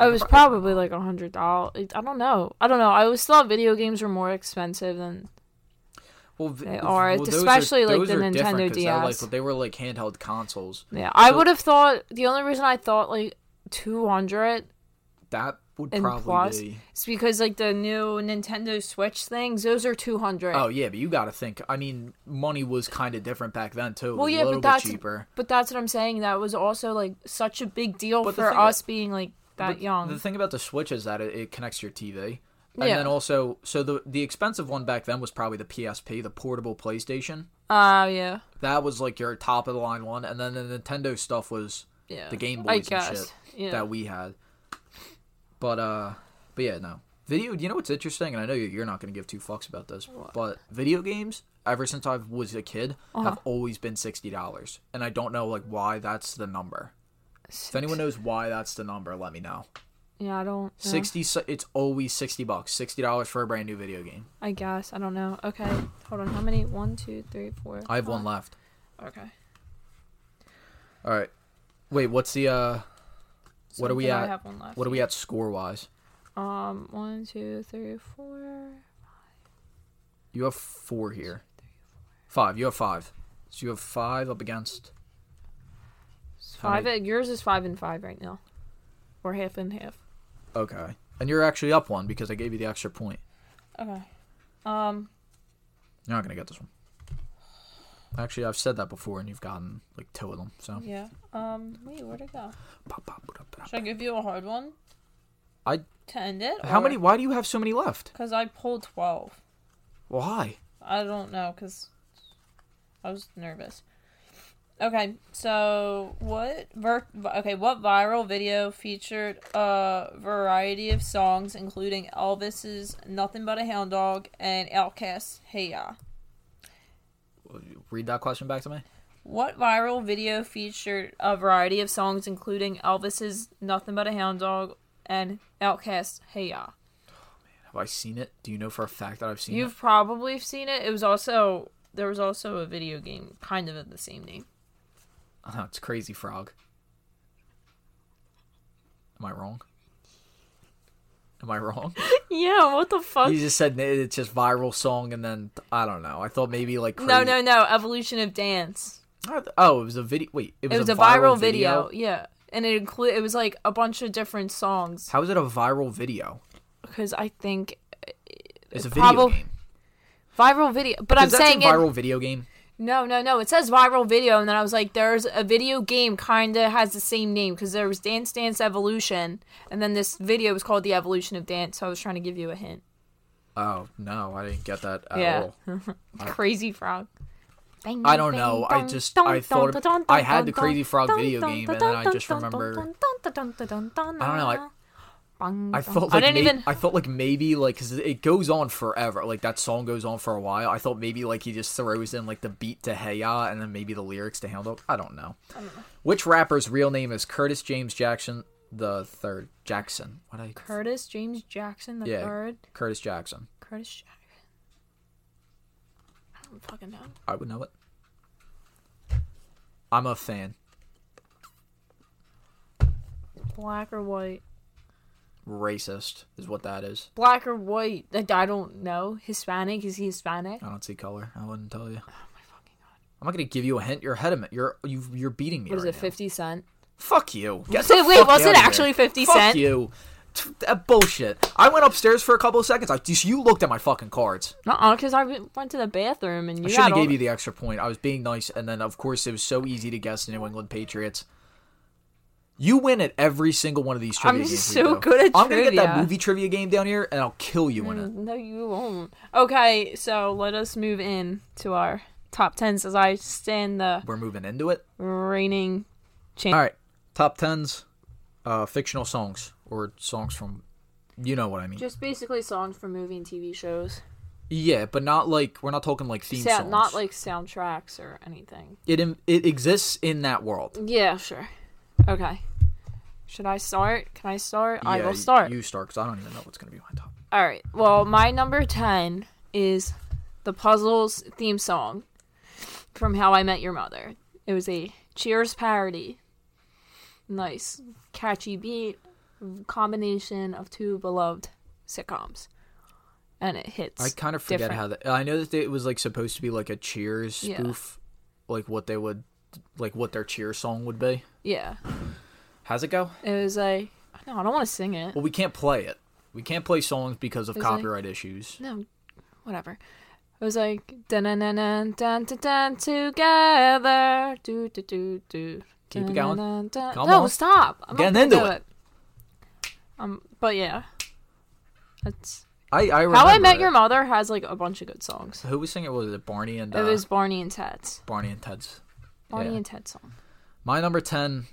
It was probably like a hundred dollars. I don't know. I don't know. I always thought video games were more expensive than. Well, v- They are, those especially, like, those the are different Nintendo 'cause they're, DS. Like, they were like handheld consoles. Yeah, I So- would have thought the only reason I thought like two hundred That would and probably plus. be. It's because like the new Nintendo Switch things, those are two hundred. Oh yeah, but you got to think. I mean, money was kind of different back then too. well, a yeah, little but that's bit cheaper. but that's what I'm saying. That was also like such a big deal But the for thing us that- being like that But young. The thing about the Switch is that it, it connects to your TV. And Yeah. then also, so the the expensive one back then was probably the PSP, the portable PlayStation. Ah, yeah, That was like your top of the line one, and then the Nintendo stuff was yeah. the Game I Boys guess. and shit Yeah. that we had. But uh, but yeah, no video. You know what's interesting, and I know you- you're not gonna give two fucks about this, but video games ever since I was a kid Uh-huh. have always been sixty dollars, and I don't know like why that's the number. If anyone knows why that's the number, let me know. yeah, I don't. know. Sixty, so- it's always sixty bucks, sixty dollars for a brand new video game. I guess. I don't know. Okay. Hold on. How many? One, two, three, four. I have one left. Okay. All right, wait, what's the uh, what are we Something I at? have one left. what are we at score wise? Um, one, two, three, four. You have four here. Five. You have five. So you have five up against. How Five. many- Yours is five and five right now. We're half and half. Okay. And you're actually up one because I gave you the extra point. Okay. Um. You're not gonna get this one. Actually, I've said that before, and you've gotten like two of them. So. Yeah. Um. Wait. Where'd it go? Pop, pop, pop, pop. Should I give you a hard one I. to end it? How many? Why do you have so many left? Because I pulled twelve. Why? I don't know. Cause I was nervous. Okay. So what? Ver- okay. What viral video featured a variety of songs, including Elvis's "Nothing But a Hound Dog" and Outkast's "Hey Ya"? Read that question back to me. What viral video featured a variety of songs, including Elvis's "Nothing But a Hound Dog" and Outkast's "Hey Ya"? Have I seen it? Do you know for a fact that I've seen You've probably seen it. It was also there was also a video game kind of of the same name. it? Uh, it's Crazy Frog. Am I wrong? Am I wrong? Yeah, what the fuck? You just said n- it's just viral song, and then I don't know. I thought maybe like No, crazy- no, no. Evolution of Dance. I th- Oh, it was a video. Wait, it It was, was, a, viral, video. Yeah. And it include it was like a bunch of different songs How is it a viral video? because I think It's a video Probab- game. viral video. But I'm Is that saying a it, viral video game? no, no, no. It says viral video, and then I was like, there's a video game kind of has the same name because there was Dance Dance Evolution, and then this video was called The Evolution of Dance. So I was trying to give you a hint. Oh no, I didn't get that at Yeah. all. Crazy Frog. Oh. I don't know. I just I thought I had the Crazy Frog video game, and then I just remember. I don't I don't know. I, I thought like Oh, I didn't may- even. I thought like maybe like because it goes on forever. Like that song goes on for a while. I thought maybe like he just throws in like the beat to Hey Ya and then maybe the lyrics to Hound Dog. I don't know. Which rapper's real name is Curtis James Jackson the third? Jackson. What I Curtis James Jackson the yeah third. Curtis Jackson. Curtis Jackson. I don't fucking know. I would know it. I'm a fan. Black or white. Racist is what that is. Black or white. Like, I don't know. Hispanic. Is he Hispanic? I don't see color. I wouldn't tell Oh, you. I'm not gonna give you a hint. You're ahead of me. You're you you're beating me. What is right it? now. Fifty Cent. Fuck you. Get So the wait, fuck was it outta here. actually 50 fuck cent? you. T- That bullshit. I went upstairs for a couple of seconds. I just you looked at my fucking cards. Uh-uh, because I went went to the bathroom and you I had shouldn't have all gave you the extra point. I was being nice, and then of course it was so easy to guess the New England Patriots. You win at every single one of these trivia I'm games. just we so do. good at I'm gonna get that trivia. Mm. movie trivia game down here, and I'll kill you in it. No, you won't. Okay, so let us move in to our top tens as I stand the We're moving into it. reigning champ. All right, top tens, uh, fictional songs or songs from, you know what I mean. Just basically songs from movie and TV shows. yeah, but not like we're not talking like theme Sa- songs. not like soundtracks or anything. it im- it exists in that world. Yeah, sure. Okay. Should I start? Can I start? I Yeah, will y- start. You start because I don't even know what's gonna be my top. All right. Well, my number 10 is the Puzzles theme song from How I Met Your Mother. It was a Cheers parody. Nice, catchy beat, combination of two beloved sitcoms. And it hits. I kind of forget different. how that. I know that it was like supposed to be like a Cheers Yeah. spoof, like what they would, like what their Cheers song would be. Yeah. How's it go? It was like, No, I don't want to sing it. Well, we can't play it. We can't play songs because of Is it? copyright issues. No, whatever. It was like dun dun dun dun dun dun, dun together. Do do do do. Keep it Dun, going. dun, dun. Come no, on. stop. I'm Getting not gonna into do it. Um, but yeah, that's I, I How I remember Met it. Your Mother has like a bunch of good songs. Who was singing? Was it Barney and uh, It was Barney and Ted's Barney and Ted's? Barney Yeah. and Ted song. My number ten,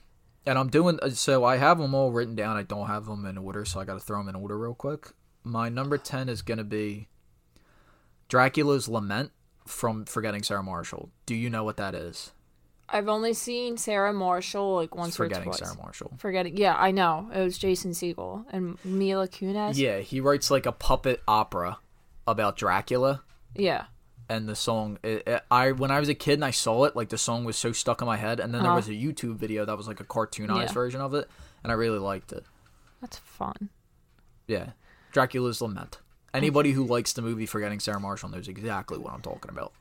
and I'm doing uh, so. I have them all written down. I don't have them in order, so I got to throw them in order real quick. My number ten is gonna be Dracula's Lament from Forgetting Sarah Marshall. Do you know what that is? I've only seen Sarah Marshall like once Forgetting or twice. Sarah Marshall. Forgetting. Yeah, I know. It was Jason Segel and Mila Kunis. Yeah, he writes like a puppet opera about Dracula. Yeah. and the song it, it- i when i was a kid and i saw it like the song was so stuck in my head and then there Uh-huh. was a youtube video that was like a cartoonized Yeah. version of it and i really liked it That's fun. yeah dracula's lament anybody who likes the movie forgetting sarah marshall knows exactly what i'm talking about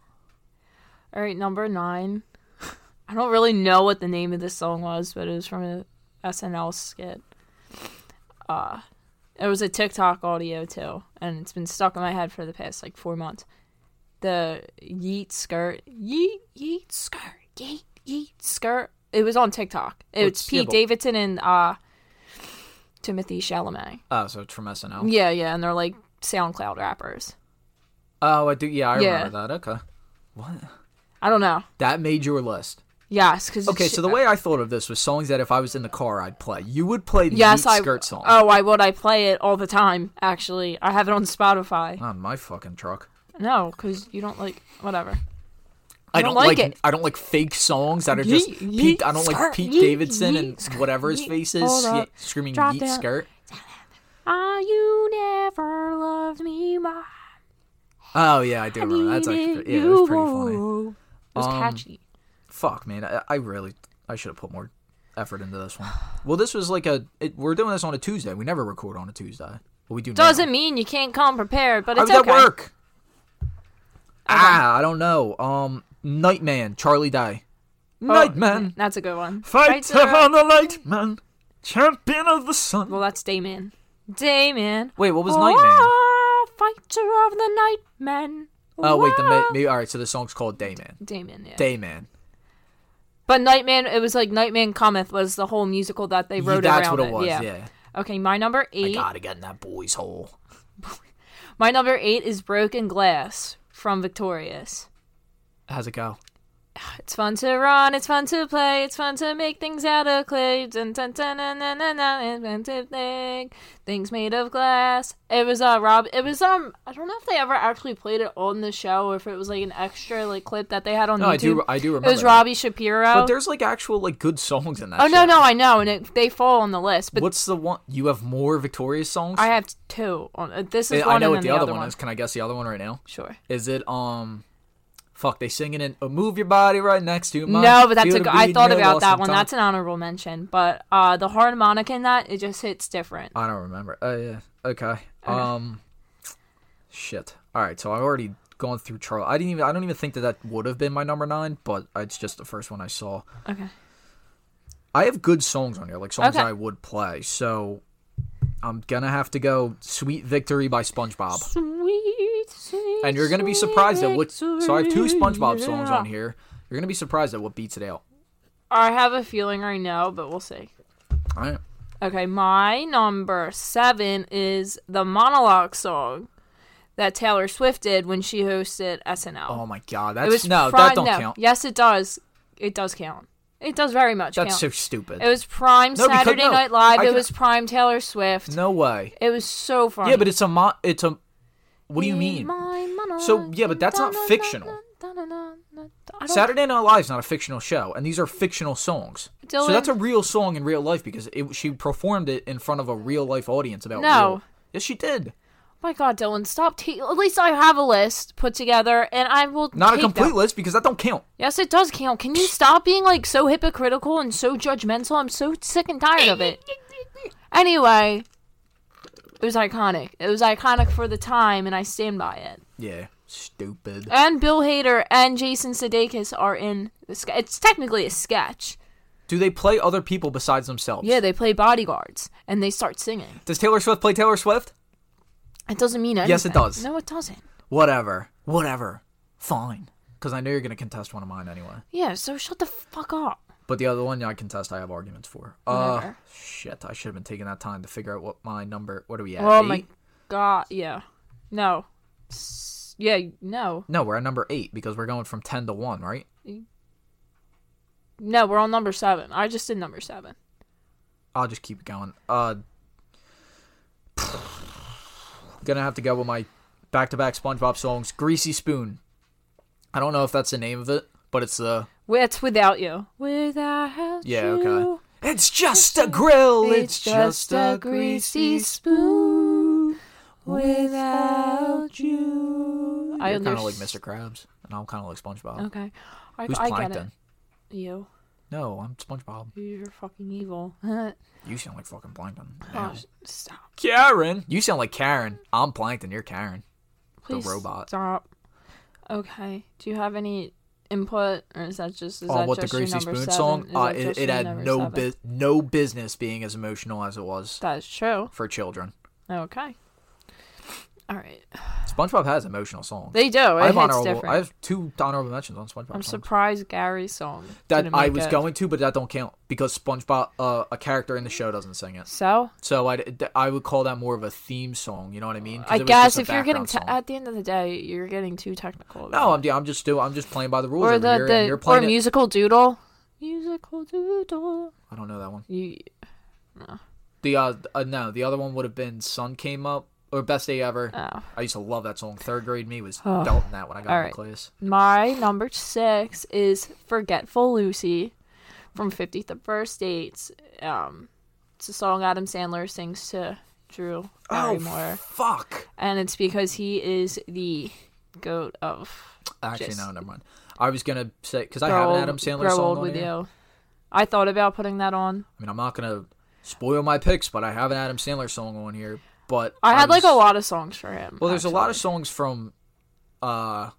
All right, number nine. I don't really know what the name of this song was, but it was from a SNL skit. Uh, it was a TikTok audio too, and it's been stuck in my head for the past like four months. The yeet skirt, yeet yeet skirt, yeet yeet skirt. It was on TikTok. It's Let's- yeah, Pete but- Davidson and uh, Timothy Chalamet. oh so it's from snl Yeah, yeah, and they're like SoundCloud rappers. oh i do yeah i Yeah. remember that okay what I don't know. that made your list Yes, because okay so the way i thought of this was songs that if i was in the car i'd play you would play the Yes, Yeet I skirt song Oh, I would. I play it all the time. Actually, I have it on Spotify. on my fucking truck No, because you don't like whatever. I don't don't like like, it. I don't like fake songs that are just Yeet, Pete. I don't yeet, like Pete skirt, Davidson yeet, and yeet, whatever his skirt, face yeet. is Hold ye- up. screaming Drop yeet down. skirt. Ah, you never loved me, my Oh yeah, I do remember. That's actually needed pretty- yeah, it you. was pretty funny. It was Um, catchy. Fuck man, I, I really I should have put more effort into this one. Well, this was like a it, we're doing this on a Tuesday. We never record on a Tuesday. But we do. now. Doesn't mean you can't come prepared, but I it's was okay. at work. Ah, I don't know. Um, Nightman, Charlie Day. Oh, Nightman, That's a good one. uh, fighter on the Nightman, champion of the sun. Well, that's Dayman. Dayman. Wait, what was Ah, Nightman? Fighter of the Nightman. Oh wait, then may- Ah. maybe all right. So the song's called Dayman. Dayman, yeah. Dayman. But Nightman, it was like Nightman Cometh was the whole musical that they Yeah, wrote that's around what it was. Yeah. Okay, my number I eight. gotta get in that boy's hole. My number eight is Broken Glass from Victorious. How's it go? It's fun to run, it's fun to play, it's fun to make things out of clay. Dun, dun, dun, dun, dun, dun, dun, inventive thing. Things made of glass. It was uh Rob it was um I don't know if they ever actually played it on the show or if it was like an extra like clip that they had on No, YouTube. I do. I do remember. it was that. Robbie Shapiro. But there's like actual like good songs in that. oh no show. no I know and it, they fall on the list but What's the one? You have more Victorious songs. Eh, I have two on uh, this is I- one I know and what then the, the other one, is. Can I guess the other one right now? Sure. Is it um? Fuck, they singing in oh, "Move Your Body" right next to mine. No, but that's Feel a the good. I beat, thought no about loss that in one. time. That's an honorable mention. But uh, the harmonica in that it just hits different. I don't remember. Oh yeah. Okay. Um. Shit. All right. So I've already gone through Charlie. I didn't even. I don't even think that that would have been my number nine, but it's just the first one I saw. Okay. I have good songs on here, like songs Okay. that I would play. So I'm gonna have to go "Sweet Victory" by SpongeBob, Sweet, sweet. and you're gonna be sweet surprised at what. So I have two victory, SpongeBob songs yeah. on here. You're gonna be surprised at what beats it out. I have a feeling right now, but we'll see. All right. Okay, my number seven is the monologue song that Taylor Swift did when she hosted SNL. Oh my god, it that's was no, prime- that don't no. count. Yes, it does. It does count. It does very much That's so count. stupid. it was prime No, because- Saturday no, Night Live. I it can- was prime Taylor Swift. no way. It was so funny. Yeah, but it's a mo- it's a. What do you In mean? my monologue. So, yeah, but that's not Dun, dun, fictional. dun, dun, dun, dun, dun. I don't- Saturday Night Live's not a fictional show, and these are fictional songs. Dylan- So that's a real song in real life because it, she performed it in front of a real life audience about No. real- Yes, she did. My God, Dylan, stop. T- At least I have a list put together, and I will. Not take a complete them. list because that don't count. Yes, it does count. Can you stop being like so hypocritical and so judgmental? I'm so sick and tired of it. Anyway, it was iconic. It was iconic for the time, and I stand by it. Yeah, stupid. And Bill Hader and Jason Sudeikis are in the sketch. It's technically a sketch, Do they play other people besides themselves? Yeah, they play bodyguards and they start singing. Does Taylor Swift play Taylor Swift? It doesn't mean anything. Yes, it does. No, it doesn't. Whatever. Whatever. Fine. Because I know you're going to contest one of mine anyway. Yeah, so shut the fuck up. But the other one, yeah, I contest. I have arguments for. Uh, Whatever. shit. I should have been taking that time to figure out what my number. What are we at? Oh eight? my god. Yeah. No. S- Yeah, no. No, we're at number eight because we're going from ten to one, right? No, we're on number seven. I just did number seven. I'll just keep it going. Uh, gonna have to go with my back-to-back SpongeBob songs. Greasy Spoon. I don't know if that's the name of it, but it's the It's without you. Without yeah. you. Okay. It's just a grill. It's just a greasy spoon. Without you. I You're kind of like underst- Mr. Krabs, and I'm kind of like SpongeBob. Okay. I, Who's I get it. Plankton? You. No, I'm SpongeBob. You're fucking evil. You sound like fucking Plankton. Oh, Damn. s- stop. Karen. You sound like Karen. I'm Plankton. You're Karen. Please robot. Stop. Okay. Do you have any input, or is that just is On that what the just your Greasy number Spoon seven? song? Is Uh, that it just it your had number no seven? bu- no business being as emotional as it was That's true. for children. Okay. All right. SpongeBob has emotional songs. They do. It I have hits honorable. different. I have two honorable mentions on SpongeBob. I'm songs. surprised Gary's song. that didn't I make was it. going to, but that don't count because SpongeBob, uh, a character in the show, doesn't sing it. So So I, I would call that more of a theme song. You know what I mean? 'Cause I it was just guess a if you're getting background te- song. at the end of the day, you're getting too technical. about no, it. I'm, I'm just doing. I'm just playing by the rules. or over the, here, and the you're or playing it- musical doodle. Musical doodle. I don't know that one. You The uh, uh no, the other one would have been "Sun Came Up" or "Best Day Ever." Oh. I used to love that song. Third grade me was Oh. belting that when I got All out right. of class. My number six is Forgetful Lucy from 50th First Dates. Um, it's a song Adam Sandler sings to Drew Oh, Barrymore. fuck! and it's because he is the goat of Actually, Just no, never mind. I was gonna say because I have Grow an Old- Adam Sandler Grow song Old on With here. You. I thought about putting that on. I mean, I'm not gonna spoil my picks, but I have an Adam Sandler song on here. But I had like was- a lot of songs for him. Well, there's a actually. lot of songs from uh,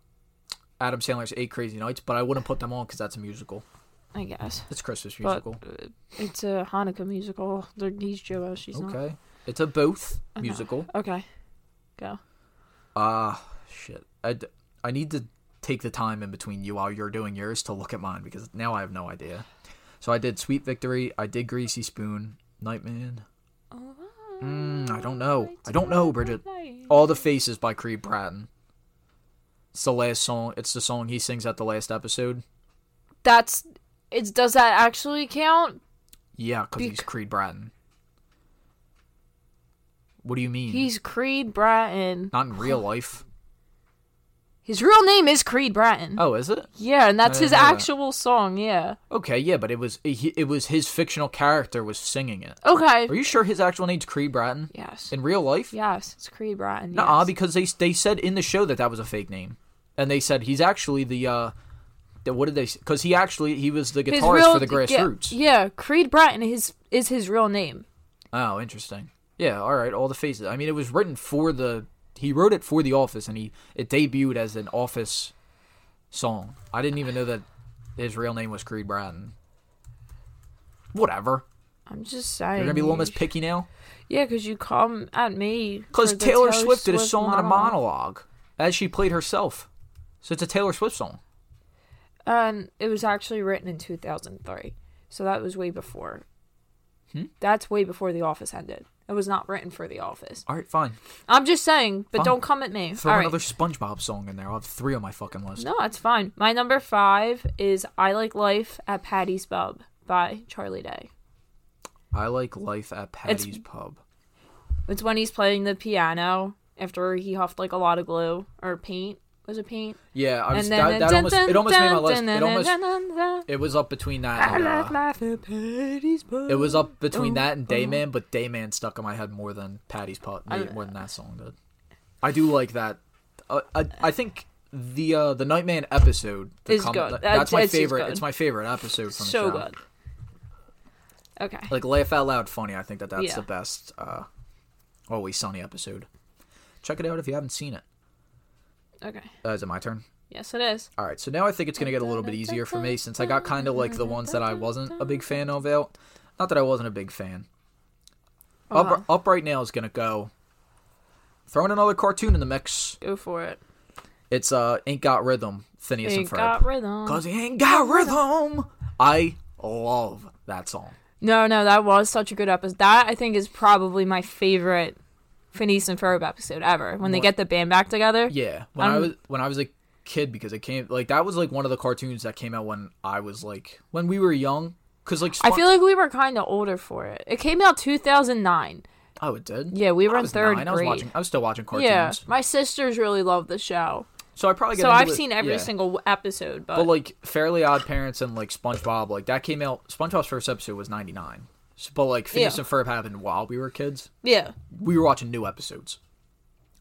Adam Sandler's Eight Crazy Nights, but I wouldn't put them on because that's a musical. I guess. It's Christmas But musical. uh, it's a Hanukkah musical. They're- He's Jewish. She's not. okay, it's a both musical. Okay. Go. Ah, shit. I, d- I need to take the time in between you while you're doing yours to look at mine because now I have no idea. So I did Sweet Victory. I did Greasy Spoon. Nightman. Mm, I don't know. I don't know, Bridget. All the Faces by Creed Bratton. It's the last song. It's the song he sings at the last episode. That's. It's, does that actually count? Yeah, because he's Bec- Creed Bratton. What do you mean? He's Creed Bratton. not in real life. His real name is Creed Bratton. Oh, is it? Yeah, and that's I didn't his know that. actual song, yeah. Okay, yeah, but it was he, it was his fictional character was singing it. Okay. Are you sure his actual name's Creed Bratton? Yes. In real life? Yes, it's Creed Bratton. Nuh-uh, yes. because they they said in the show that that was a fake name, and they said he's actually the uh, the, what did they? Because he actually he was the His guitarist real- for the Grassroots. Yeah, yeah, Creed Bratton is, is his real name. Oh, interesting. Yeah, all right, all the faces. I mean, it was written for the he wrote it for The Office, and he it debuted as an Office song. I didn't even know that his real name was Creed Bratton. Whatever. I'm just saying. You're gonna be a little miss picky now. Yeah, because you come at me. Because for the Taylor, Swift did a song in a monologue. monologue as she played herself. So it's a Taylor Swift song. And it was actually written in 2003. So that was way before. Hmm? That's way before The Office ended. It was not written for The Office. All right, fine. I'm just saying, but Fine. don't come at me. Throw All right. another SpongeBob song in there. I'll have three on my fucking list. No, it's fine. My number five is I Like Life at Patty's Pub by Charlie Day. I like life at Patty's Pub. It's when he's playing the piano after he huffed like a lot of glue or paint. Was it paint? Yeah, I was, that, that almost, it almost made my list. It almost it was up between that. I And, like uh, life at Patty's Pub. it was up between that and Dayman, but Dayman stuck in my head more than Patty's Pub, more than that song did. I do like that. Uh, I, I think the uh, the Nightman episode the Is good. that- That's- That's my it's just favorite. good. It's my favorite episode from the so show. good. Okay. Like laugh out loud funny. I think that that's Yeah. the best. Uh, Always Sunny episode. Check it out if you haven't seen it. Okay. Uh, is it my turn? Yes, it is. All right, so now I think it's going to get a little bit easier for me since I got kind of like the ones that I wasn't a big fan of out. Not that I wasn't a big fan. Uh-huh. Up, up right now is going to go. Throwing another cartoon in the mix. Go for it. It's uh, Ain't Got Rhythm, Phineas Ain't and Ferb. got rhythm. Cause he ain't got rhythm. I love that song. No, no, that was such a good episode. That I think is probably my favorite Phineas and Ferb episode ever. When they get the band back together. Yeah, when i I'm- was when I was a kid, because it came like that was like one of the cartoons that came out when I was like when we were young. Cause like I Spon- feel like we were kind of older for it. It came out 2009. oh it did Yeah, we were I in was third nine, I was grade. watching I was still watching cartoons. Yeah, my sisters really love the show, So I probably got so into I've it- seen every yeah. single episode. But, But like Fairly Odd Parents and like SpongeBob, like that came out. SpongeBob's first episode was ninety nine. But like Phineas Yeah. and Ferb happened while we were kids. yeah, We were watching new episodes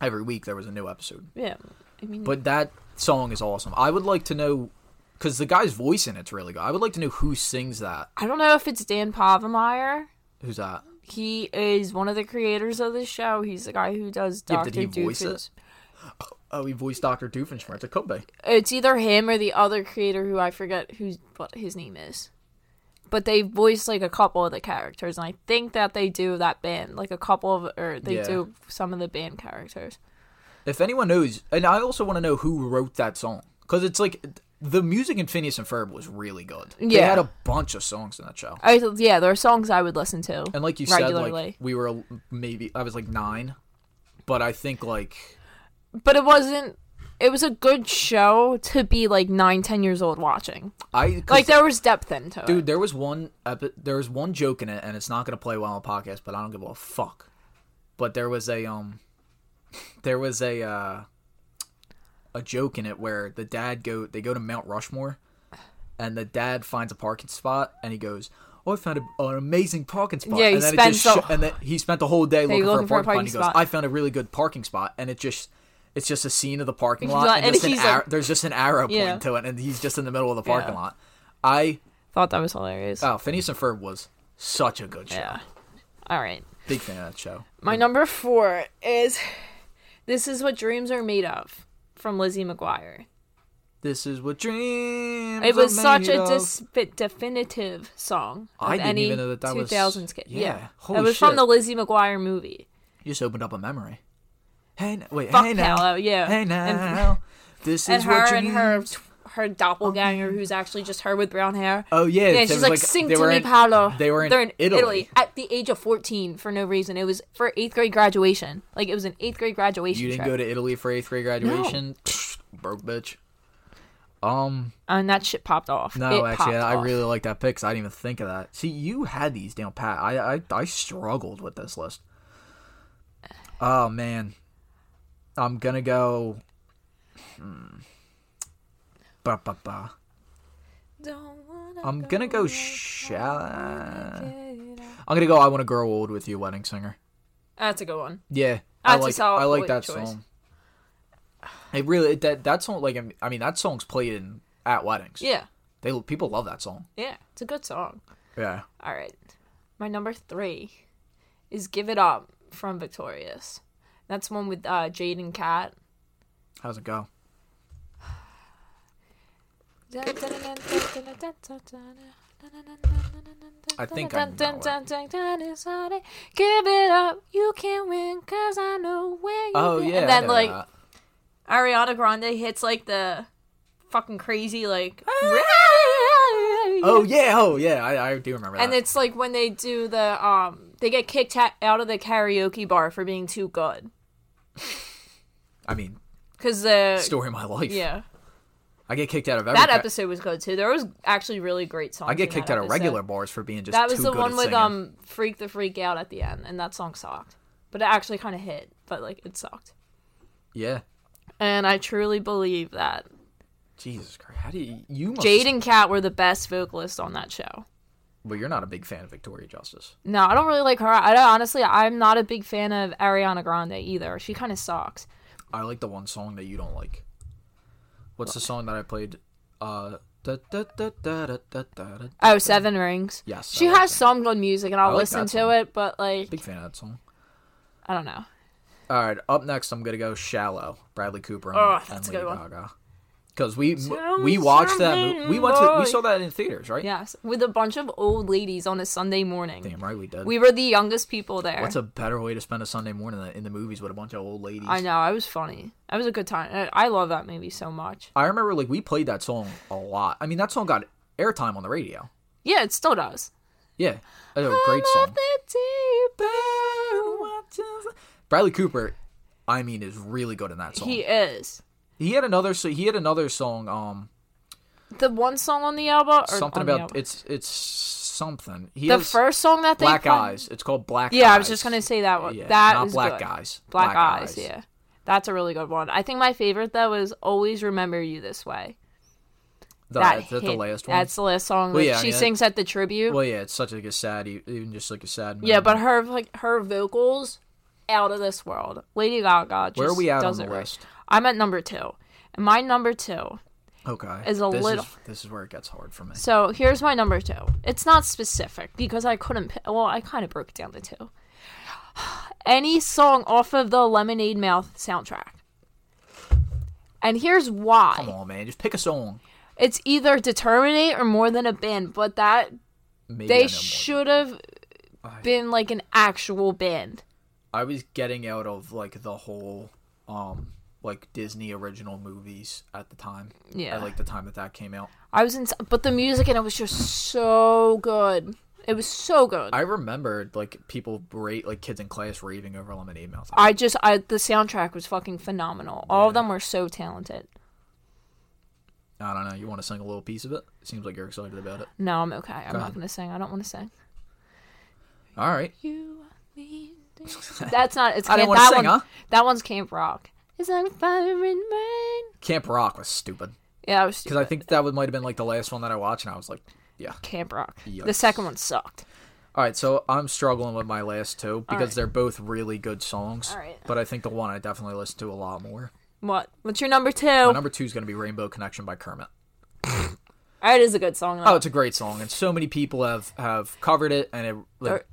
every week. There was a new episode. yeah, I mean, But that song is awesome. I would like to know because the guy's voice in it's really good. I would like to know who sings that. I don't know if it's Dan Pavemeyer. Who's that? He is one of the creators of the show. He's the guy who does Yeah, Doctor did he voice it? Doofus. Oh, he voiced Doctor Doofenshmirtz. It could be. It's either him or the other creator who I forget who's what his name is. But they voice like a couple of the characters, and I think that they do that band like a couple of, or they Yeah. do some of the band characters. If anyone knows, and I also want to know who wrote that song because it's like the music in Phineas and Ferb was really good. They Yeah. had a bunch of songs in that show. I yeah, there are songs I would listen to. And like you said, like Regularly. we were maybe I was like nine, but I think like but it wasn't it was a good show to be like nine ten years old watching I 'cause, like there was depth into it dude, there was one epi- there was one joke in it, and it's not gonna play well on the podcast, but I don't give a fuck. But there was a um, there was a uh, a joke in it where the dad go they go to Mount Rushmore, and the dad finds a parking spot, and he goes. Oh, I found a, an amazing parking spot. Yeah, he and then it spent just the- and then he spent the whole day looking, looking for a parking, spot. And he spot. goes, I found a really good parking spot, and it just it's just a scene of the parking He's lot, like- and, and just an he's ar- like- there's just an arrow pointing Yeah. to it, and he's just in the middle of the parking Yeah. lot. I thought that was hilarious Oh, Phineas and Ferb was such a good show. yeah all right Big fan of that show. my number four is this is what dreams are made of from lizzie mcguire This is what dreams. it was are such made a of. dis- definitive song of I didn't any even know that that was- 2000s kid yeah, holy it was shit. from the lizzie mcguire movie You just opened up a memory. Hey, n- wait, Fuck hey now, Paolo, yeah. hey And- now. this and is what her and dreams. her her doppelganger who's actually just her with brown hair Oh yeah, Yeah, it she's was like, sing they to were me, in- Paolo. They were in, They're Italy. at the age of 14 for no reason. It was for eighth grade graduation. Like, it was an eighth grade graduation You didn't trip. go to Italy for eighth grade graduation, broke bitch. Um, And that shit popped off. no, It actually, popped I off. really like that pick. 'cause I didn't even think of that. See, you had these down pat. I, I, I struggled with this list. Oh man, I'm gonna go. hmm. Ba ba ba. Don't wanna I'm gonna go. Shall I'm gonna go. I want to grow old with you, wedding singer. That's a good one. Yeah, I That's a like. solid I like choice. that song. It really that that song like I mean that song's played in at weddings. Yeah. they people love that song. Yeah. It's a good song. Yeah. All right. My number three is Give It Up from Victorious. That's one with uh, Jade and Kat. How's it go? I think I know Give it up, you can't win, cause I know where you Oh been. yeah, And I then know like that. Ariana Grande hits like the fucking crazy like Ah! Oh yeah, oh yeah, I, I do remember that. And it's like when they do the um they get kicked ha- out of the karaoke bar for being too good. I mean, Cause the story of my life. yeah. I get kicked out of every That ca- episode was good too. There was actually really great songs. I get in kicked out that of episode. regular bars for being just That was too the good one at with singing. um "Freak the Freak Out" at the end, and that song sucked. But it actually kind of hit, but like it sucked. Yeah. And I truly believe that Jesus Christ, how do you? You must. Jade and Kat were the best vocalists on that show. Well, you're not a big fan of Victoria Justice. No, I don't really like her. I don't, honestly, I'm not a big fan of Ariana Grande either. She kind of sucks. I like the one song that you don't like. What's the song that I played? Uh, da, da, da, da, da, da, da, da. Oh, Seven Rings. Yes, she I like has some good music, and I'll like listen that to song. it. But like, big fan of that song. I don't know. All right, up next, I'm gonna go "Shallow." Bradley Cooper and, Oh, and that's a Lady good one. Gaga. Because we Tell we me watched that mo- something, we went to, boy. we saw that in theaters, right? Yes, with a bunch of old ladies on a Sunday morning. Damn right we did. We were the youngest people there. What's a better way to spend a Sunday morning than in the movies with a bunch of old ladies? I know. I was funny. That was a good time. I, I love that movie so much. I remember like we played that song a lot. I mean, that song got airtime on the radio. Yeah, it still does. Yeah, that's a great I'm song. off the deep end. Bradley Cooper, I mean, is really good in that song. He He, is had another so he had another song. Um, the one song on the album. Or something on the about album? it's it's something. He the has first song that they black played- eyes. It's called black. Yeah, eyes. I was just gonna say that one. Yeah, that not is black good. eyes. Black, eyes, Yeah, that's a really good one. I think my favorite though is "Always Remember You This Way." The, that that's the hit- last one. That's the last song Well, that yeah, I she mean, that- sings at the tribute. well, yeah, it's such like a sad, e- even just like a sad. yeah, moment. but her like her vocals out of this world. Lady Gaga. Just where are we at on does the it right. list? I'm at number two. And my number two. Okay, Is a this little- this is where it gets hard for me. So here's my number two. It's not specific because I couldn't. pi- Well, I kind of broke down the two. Any song off of the Lemonade Mouth soundtrack. And here's why. Come on, man, just pick a song. It's either Determinate or More Than a Band, but that Maybe I know they more. should have been like an actual band. I was getting out of like the whole um like Disney original movies at the time. Yeah. at, like the time that that came out. I was in, but the music and it was just so good. It was so good. I remembered like people rate like kids in class raving over Lemonade Mouth. I just I the soundtrack was fucking phenomenal. All of them were so talented. I don't know. You want to sing a little piece of it? Seems like you're excited about it. No, I'm okay. I'm ahead. not gonna sing. I don't want to sing. All right. You mean That's not. It's I don't Camp- wanna that sing, huh? one. That one's Camp Rock. Is that fire in rain? Camp Rock was stupid Yeah, I was because I think that would might have been like the last one that I watched, and I was like, yeah. Camp Rock. The Yikes. second one sucked. All right, so I'm struggling with my last two because right. they're both really good songs. All right. But I think the one I definitely listen to a lot more. What? What's your number two? My number two is going to be Rainbow Connection by Kermit. That is a good song. Though. Oh, it's a great song, and so many people have have covered it. And it, like, Or-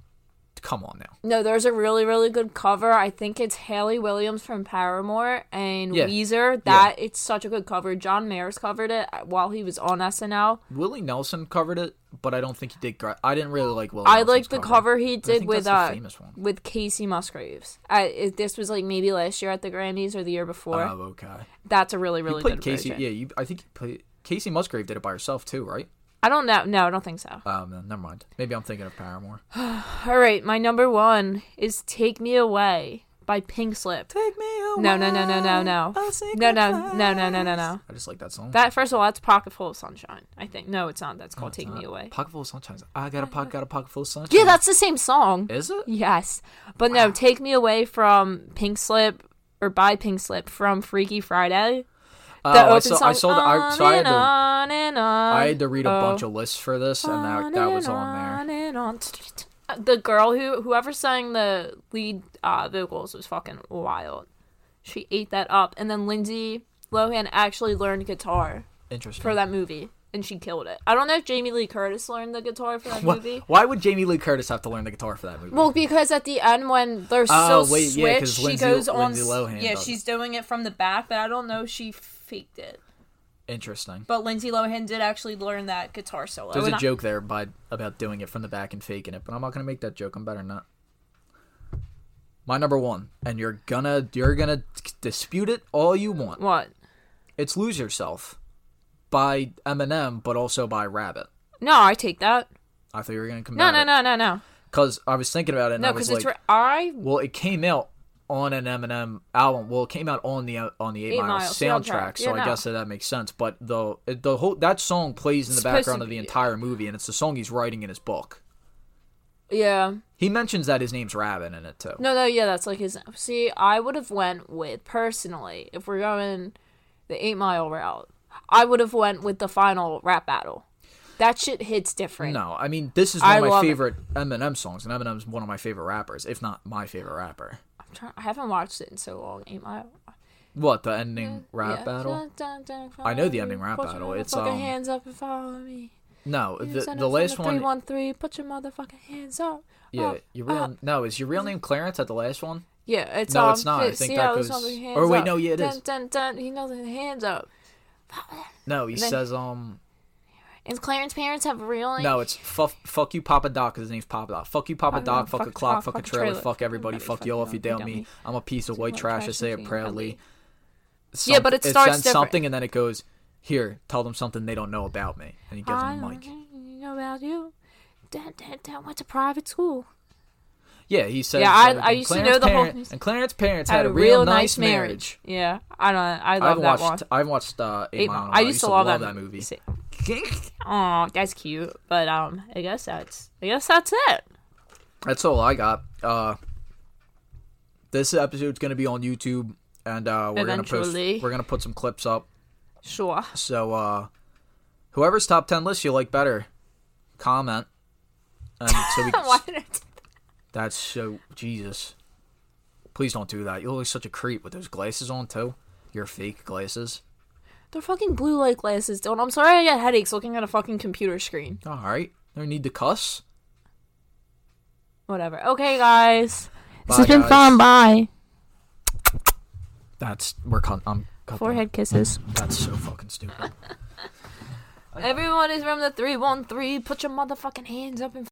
come on now, No, there's a really, really good cover. I think it's Haley Williams from Paramore and Yeah. Weezer. That it's such a good cover. John Mayer's covered it while he was on SNL. Willie Nelson covered it, but I don't think he did. Gra- I didn't really like Willie. I Nelson's like the cover he but I did think with that's the uh famous one. with Casey Musgraves. I, it, this was like maybe last year at the Grammys or the year before. Oh, okay. That's a really, really you played good Casey. version. Yeah, you. I think you played Casey Musgrave did it by herself too, right? I don't know. No, I don't think so. Um, no, never mind. Maybe I'm thinking of Paramore. All right, my number one is "Take Me Away" by Pink Slip. Take me away. No, no, no, no, no, no, no, no, no, no, no, no, no. I just like that song. That first of all, that's "Pocket Full of Sunshine." I think no, it's not. That's called "Take Me Away." Pocket full of sunshine. I got a pocket. Got a pocket full of sunshine. Yeah, that's the same song. Is it? Yes. But no, Take Me Away from Pink Slip or by Pink Slip from Freaky Friday. Oh, The I open saw. song I saw the. I, on so I had and to. on and on. I had to read a bunch Oh. of lists for this, and that that was on there. and on. The girl who whoever sang the lead uh, vocals was fucking wild. She ate that up, and then Lindsay Lohan actually learned guitar Interesting. for that movie, and she killed it. I don't know if Jamie Lee Curtis learned the guitar for that Wha- movie. Why would Jamie Lee Curtis have to learn the guitar for that movie? Well, because at the end when they're Oh, still wait, switched, yeah, 'cause she Lindsay- goes on. Lindsay Lohan yeah, does it. she's doing it from the back, but I don't know if she faked it. Interesting. But Lindsay Lohan did actually learn that guitar solo. There's and a I- joke there by about doing it from the back and faking it, but I'm not gonna make that joke. I'm better not. My number one, and you're gonna you're gonna dispute it all you want. what? It's "Lose Yourself" by Eminem, but also by Rabbit. No, I take that. I thought you were gonna come No, no, no, no, no. Because I was thinking about it, and I No, was because like, it's. Re- I well, it came out on an Eminem album. Well, it came out on the on the Eight, Eight Mile, Mile soundtrack, soundtrack. so Yeah, I no. guess that, that makes sense. But the it- the whole that song plays in the supposed to background of the be- entire movie, and it's the song he's writing in his book. yeah. He mentions that his name's Rabbit in it too. No, no, yeah, that's like his. See, I would have went with personally if we're going the eight mile route. I would have went with the final rap battle. That shit hits different. No, I mean this is one I of my love it. favorite Eminem songs, and Eminem's one of my favorite rappers, if not my favorite rapper. I'm trying, I haven't watched it in so long. Eight mile. What the ending rap Yeah. battle? Dun, dun, dun, I know the follow ending me. rap Put your battle. It's, motherfucking um, hands up and follow me. No, the Send the us last on the oh, one. 313, Put your motherfucking hands up. Yeah, up, your real up. no is your real name Clarence at the last one. Yeah, it's No, um, it's not. I fi- think see that how this goes- one with or hands wait, up. no, yeah, it dun, is. Dun, dun, He knows his hands up. No, he Then- says um And Clarence's parents have real. no, it's fuck, fuck you, Papa Doc. 'cause His name's Papa Doc. Fuck you, Papa Fuck Doc. you, Fuck, a clock. Fuck a trailer. Fuck everybody. Everybody, Fuck y'all fuck if you y'all, doubt you doubt me. me. I'm a piece of white trash. I say it proudly. Yeah, but it Something- starts says different. something, and then it goes here. Tell them something they don't know about me, and he gives I them a don't mic. know about you. Dun, dun, dun, went to private school. Yeah, he says. Yeah, I- uh, I and used to Clarence know the whole- parent- And Clarence's parents had, a real, nice marriage. Yeah, I don't. I love I've that watched. one. I've watched uh, Eight, Eight Mile. Mile. and I used to love that, movie. Oh, that's cute. But um, I guess that's. I guess that's it. That's all I got. Uh, this episode's gonna be on YouTube, and uh, we're gonna Eventually. post. We're gonna put some clips up. Sure. So, uh, whoever's top ten list you like better, comment. And so we. Why did I do that's so Jesus. Please don't do that. You look like such a creep with those glasses on too. Your fake glasses. They're fucking blue light glasses, Dylan. I'm sorry I got headaches looking at a fucking computer screen. All right. No need to cuss. Whatever. Okay, guys. Bye, this has been guys. fun. Bye. That's we're cut. I'm cut that. Forehead kisses. That's so fucking stupid. Everyone is from the 313. Put your motherfucking hands up and